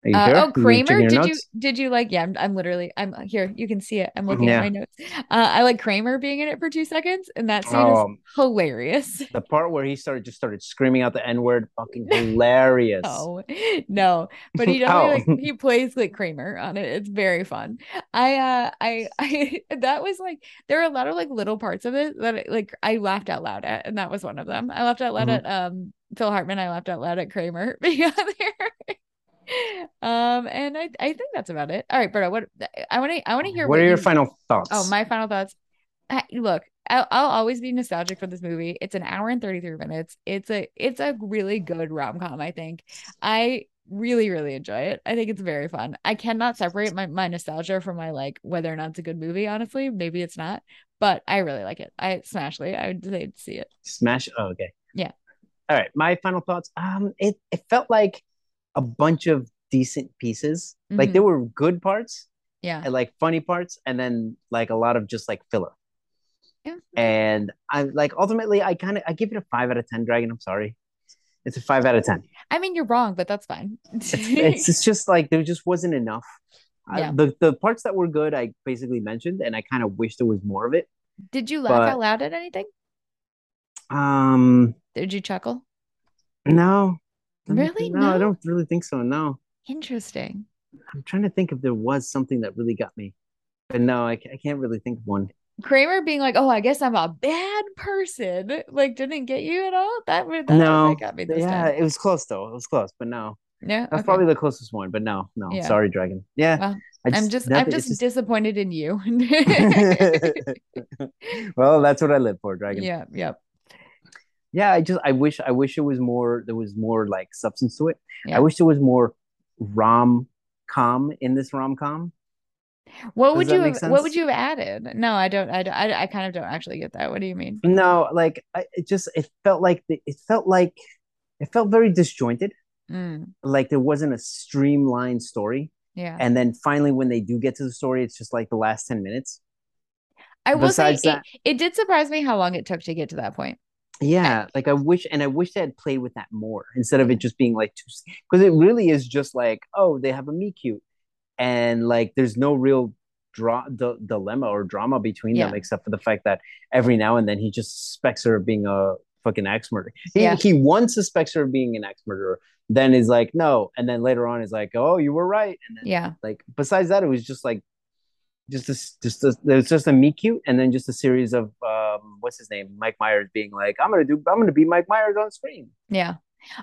Are you
Uh,
sure?
oh,
You checking
Kramer,
your
did you
notes?
did you like? Yeah, I'm, I'm literally, I'm here. You can see it. I'm looking
Yeah.
at my notes. Uh, I like Kramer being in it for two seconds, and that scene
Oh,
is hilarious.
the part where he started just started screaming out the n word, fucking hilarious.
No, no, but he definitely
Oh.
like he plays like Kramer on it. It's very fun. I uh I I that was like there are a lot of like little parts of it that like I laughed out loud at, and that was one of them. I laughed out loud
Mhm.
at um Phil Hartman. I laughed out loud at Kramer being on there. um, and I I think that's about it. All right, Berto, what I want to I want to hear
what are your
you-
final thoughts?
Oh, my final thoughts. I- Look, I'll, I'll always be nostalgic for this movie. It's an hour and 33 minutes. It's a it's a really good rom-com, I think. I really really enjoy it. I think it's very fun. I cannot separate my my nostalgia from my like whether or not it's a good movie, honestly. Maybe it's not, but I really like it. I smashly, I would say to see it.
Smash. Oh, okay.
Yeah.
All right. My final thoughts. Um, it it felt like a bunch of decent pieces. Like
Mhm.
there were good parts
Yeah.
and like funny parts, and then like a lot of just like filler.
Yeah.
And I like ultimately, I kind of I give it a five out of ten. Dragon. I'm sorry. It's a five out of ten.
I mean, you're wrong, but that's fine.
It's it's just like there just wasn't enough. I-
Yeah.
the the parts that were good, I basically mentioned, and I kind of wish there was more of it.
Did you laugh
but-
out loud at anything?
Um,
Did you chuckle?
no.
Really?
No, I
No?
don't really think so. No.
Interesting.
I'm trying to think if there was something that really got me, but no, I, ca- I can't really think of one.
Kramer being like, "Oh, I guess I'm a bad person," like didn't get you at all. That would that,
No.
that got me this
yeah,
time.
it was close though. It was close, but no,
No,
that's
okay.
probably the closest one. But no, no,
Yeah.
sorry, Dragon. Yeah,
Well,
I
I'm just I'm
nothing-
just,
it's
disappointed in you.
well, that's what I live for, Dragon. Yeah.
yeah, yeah,
I just I wish I wish it was more. There was more like substance to it.
Yeah.
I wish there was more rom com in this rom com.
What
Does
would
that
you
make
have, What would
sense?
you have added? No, I don't. I don't, I, I kind of don't actually get that. What do you mean?
No, like I, it just it felt like the, it felt like it felt very disjointed.
Mm.
like there wasn't a streamlined story.
Yeah.
And then finally, when they do get to the story, it's just like the last 10 minutes.
I will say
besides that-
it, it did surprise me how long it took to get to that point.
Yeah. Like I wish, and I wish they had played with that more instead of it just being like two, because it really is just like, oh, they have a meet cute. And like there's no real draw d- dilemma or drama between them
Yeah.
except for the fact that every now and then he just suspects her of being a fucking axe murderer. He,
Yeah.
he once suspects her of being an axe murderer, then is like, no. And then later on is like, oh, you were right. And then
Yeah.
like besides that it was just like just this just a, there was just a meet cute and then just a series of um what's his name mike myers being like i'm gonna do i'm gonna be mike myers on screen
Yeah.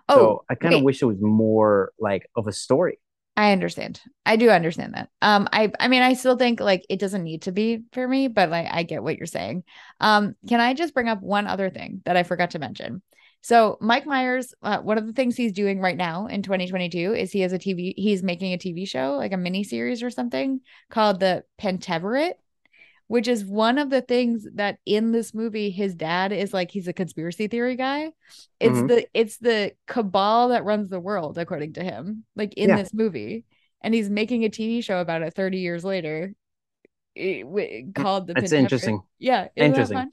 Oh,
so i kind of
wait.
wish it was more like of a story
I understand. I do understand that. Um, I I mean, I still think like it doesn't need to be for me, but like I get what you're saying. Um, can I just bring up one other thing that I forgot to mention? So Mike Myers, uh, one of the things he's doing right now in 2022 is he has a TV. He's making a TV show, like a mini series or something, called the Pentaveret, which is one of the things that in this movie his dad is like he's a conspiracy theory guy. It's
Mhm.
the it's the cabal that runs the world, according to him. Like in
Yeah.
this movie, and he's making a TV show about it 30 years later, eh, wi- called the.
Mm, that's
Pentaveret.
interesting
Yeah, isn't that
Interesting.
fun?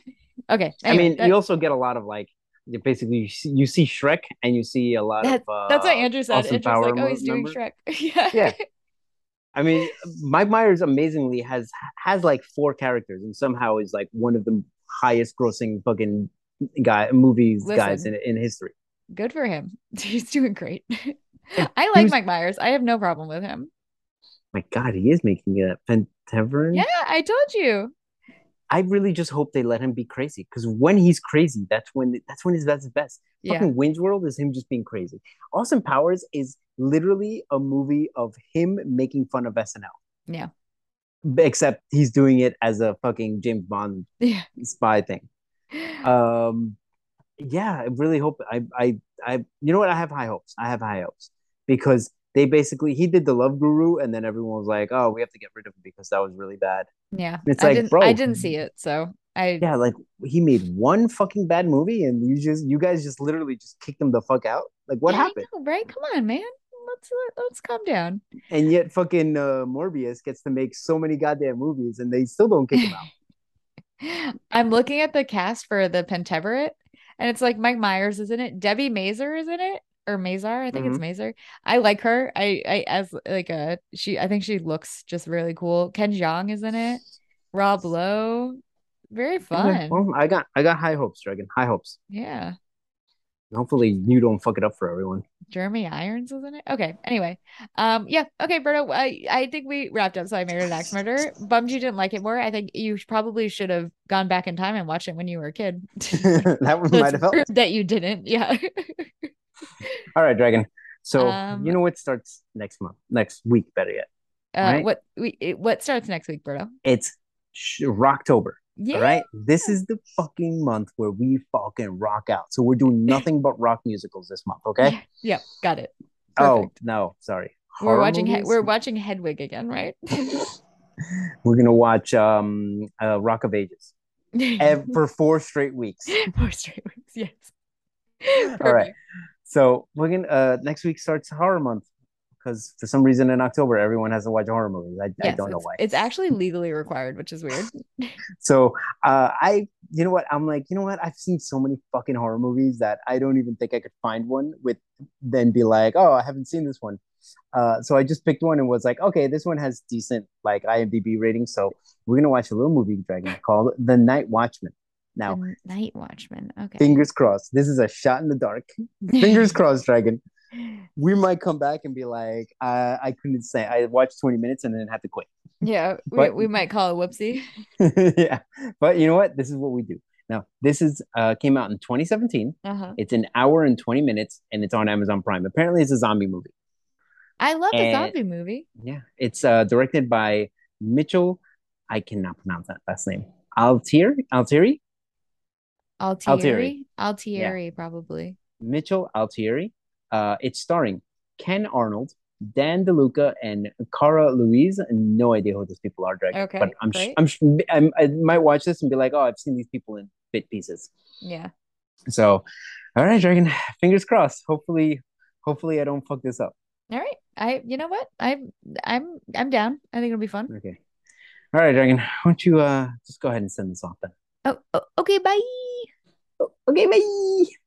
Okay,
i mean
that-
you also get a lot of like you basically you see, you see shrek and you see a lot of uh,
that's what Andrew said.
Austin
Andrew's
Power
like, oh, he's doing
members.
Shrek. yeah,
Yeah. I mean, Mike Myers amazingly has has like four characters, and somehow is like one of the highest grossing fucking guy movies
Listen.
guys in in history.
good for him. He's doing great. I
he
like
was-
Mike Myers. I have no problem with him.
My God, he is making it at Pentavern.
Yeah, I told you.
I really just hope they let him be crazy because when he's crazy, that's when that's when he's at his best.
Yeah,
Fucking Wind's World is him just being crazy. Austin Powers is literally a movie of him making fun of SNL.
Yeah.
Except he's doing it as a fucking James Bond
yeah.
spy thing. um yeah i really hope i i i you know what i have high hopes i have high hopes because they basically he did the love guru and then everyone was like oh we have to get rid of him because that was really bad
Yeah,
It's
I
like,
didn't,
bro.
I didn't see it, so I
yeah like he made one fucking bad movie and you just you guys just literally just kicked him the fuck out like what
Yeah, I
happened
know, right? Come on, man. Let's let's calm down.
and yet fucking uh, morbius gets to make so many goddamn movies and they still don't kick him out
I'm looking at the cast for the Pentaveret, and it's like Mike Myers is in it. Debbie Mazur is in it, or Mazar. I think it's
Mm-hmm.
Mazur. I like her. I, I as like a she. I think she looks just really cool. Ken Jeong is in it. Rob Lowe, very
Okay,
fun.
well, "Oh, i got i got high hopes dragon high hopes
Yeah,
hopefully you don't fuck it up for everyone
Jeremy Irons is in it. Okay, anyway, um, yeah, okay, Berto. I I think we wrapped up. So I married an axe murderer. Bummed you didn't like it more. I think you probably should have gone back in time and watched it when you were a kid.
that one might
Let's
have helped
prove that you didn't. Yeah.
All right, Dragon. So
Um,
you know what starts next month, next week, better yet.
Uh,
Right.
what we it- what starts next week, Berto?
It's sh- Rocktober.
Yeah.
All right, this is the fucking month where we fucking rock out. So we're doing nothing but rock musicals this month. Okay.
Yeah. Yep. Got it.
Oh
Perfect.
no, sorry.
we're
Horror
watching. He-
movies?
we're watching Hedwig again, right?
We're gonna watch um uh, Rock of Ages ev- for four straight weeks.
Four straight weeks. Yes.
All right.
Perfect.
So we're gonna uh, next week starts horror month because for some reason in October everyone has to watch horror movies. I, I
Yes,
don't know
it's-
why.
It's actually legally required, which is weird.
So uh, I, you know what? I'm like, you know what? I've seen so many fucking horror movies that I don't even think I could find one with, then be like, oh, I haven't seen this one. Uh, so I just picked one and was like, okay, this one has decent like IMDb rating, so we're gonna watch a little movie dragon called The Night Watchman. Now,
The Night Watchman. Okay.
fingers crossed. This is a shot in the dark. Fingers crossed, dragon. We might come back and be like, I, I couldn't say. I watched 20 minutes and then had to quit.
yeah, we,
But-
we might call it whoopsie.
yeah but you know what this is what we do now this is uh came out in 2017
Uh huh.
it's an hour and 20 minutes and it's on amazon prime apparently it's a zombie movie
I love the
And-
zombie movie.
yeah it's uh directed by mitchell i cannot pronounce that last name altier altieri
Altieri.
Altieri.
Altieri, probably.
mitchell altieri uh it's starring ken arnold dan deluca and cara louise no idea who those people are dragon
Okay,
but I'm, sh-
great.
I'm sh- I'm i might watch this and be like oh i've seen these people in bit pieces
Yeah.
So, all right, Dragon. Fingers crossed. Hopefully, Hopefully, I don't fuck this up.
All right. I you know what? I I'm I'm down. I think it'll be fun.
Okay. All right, Dragon. Why don't you uh just go ahead and send this off then?
Oh, oh okay, bye.
Okay, bye.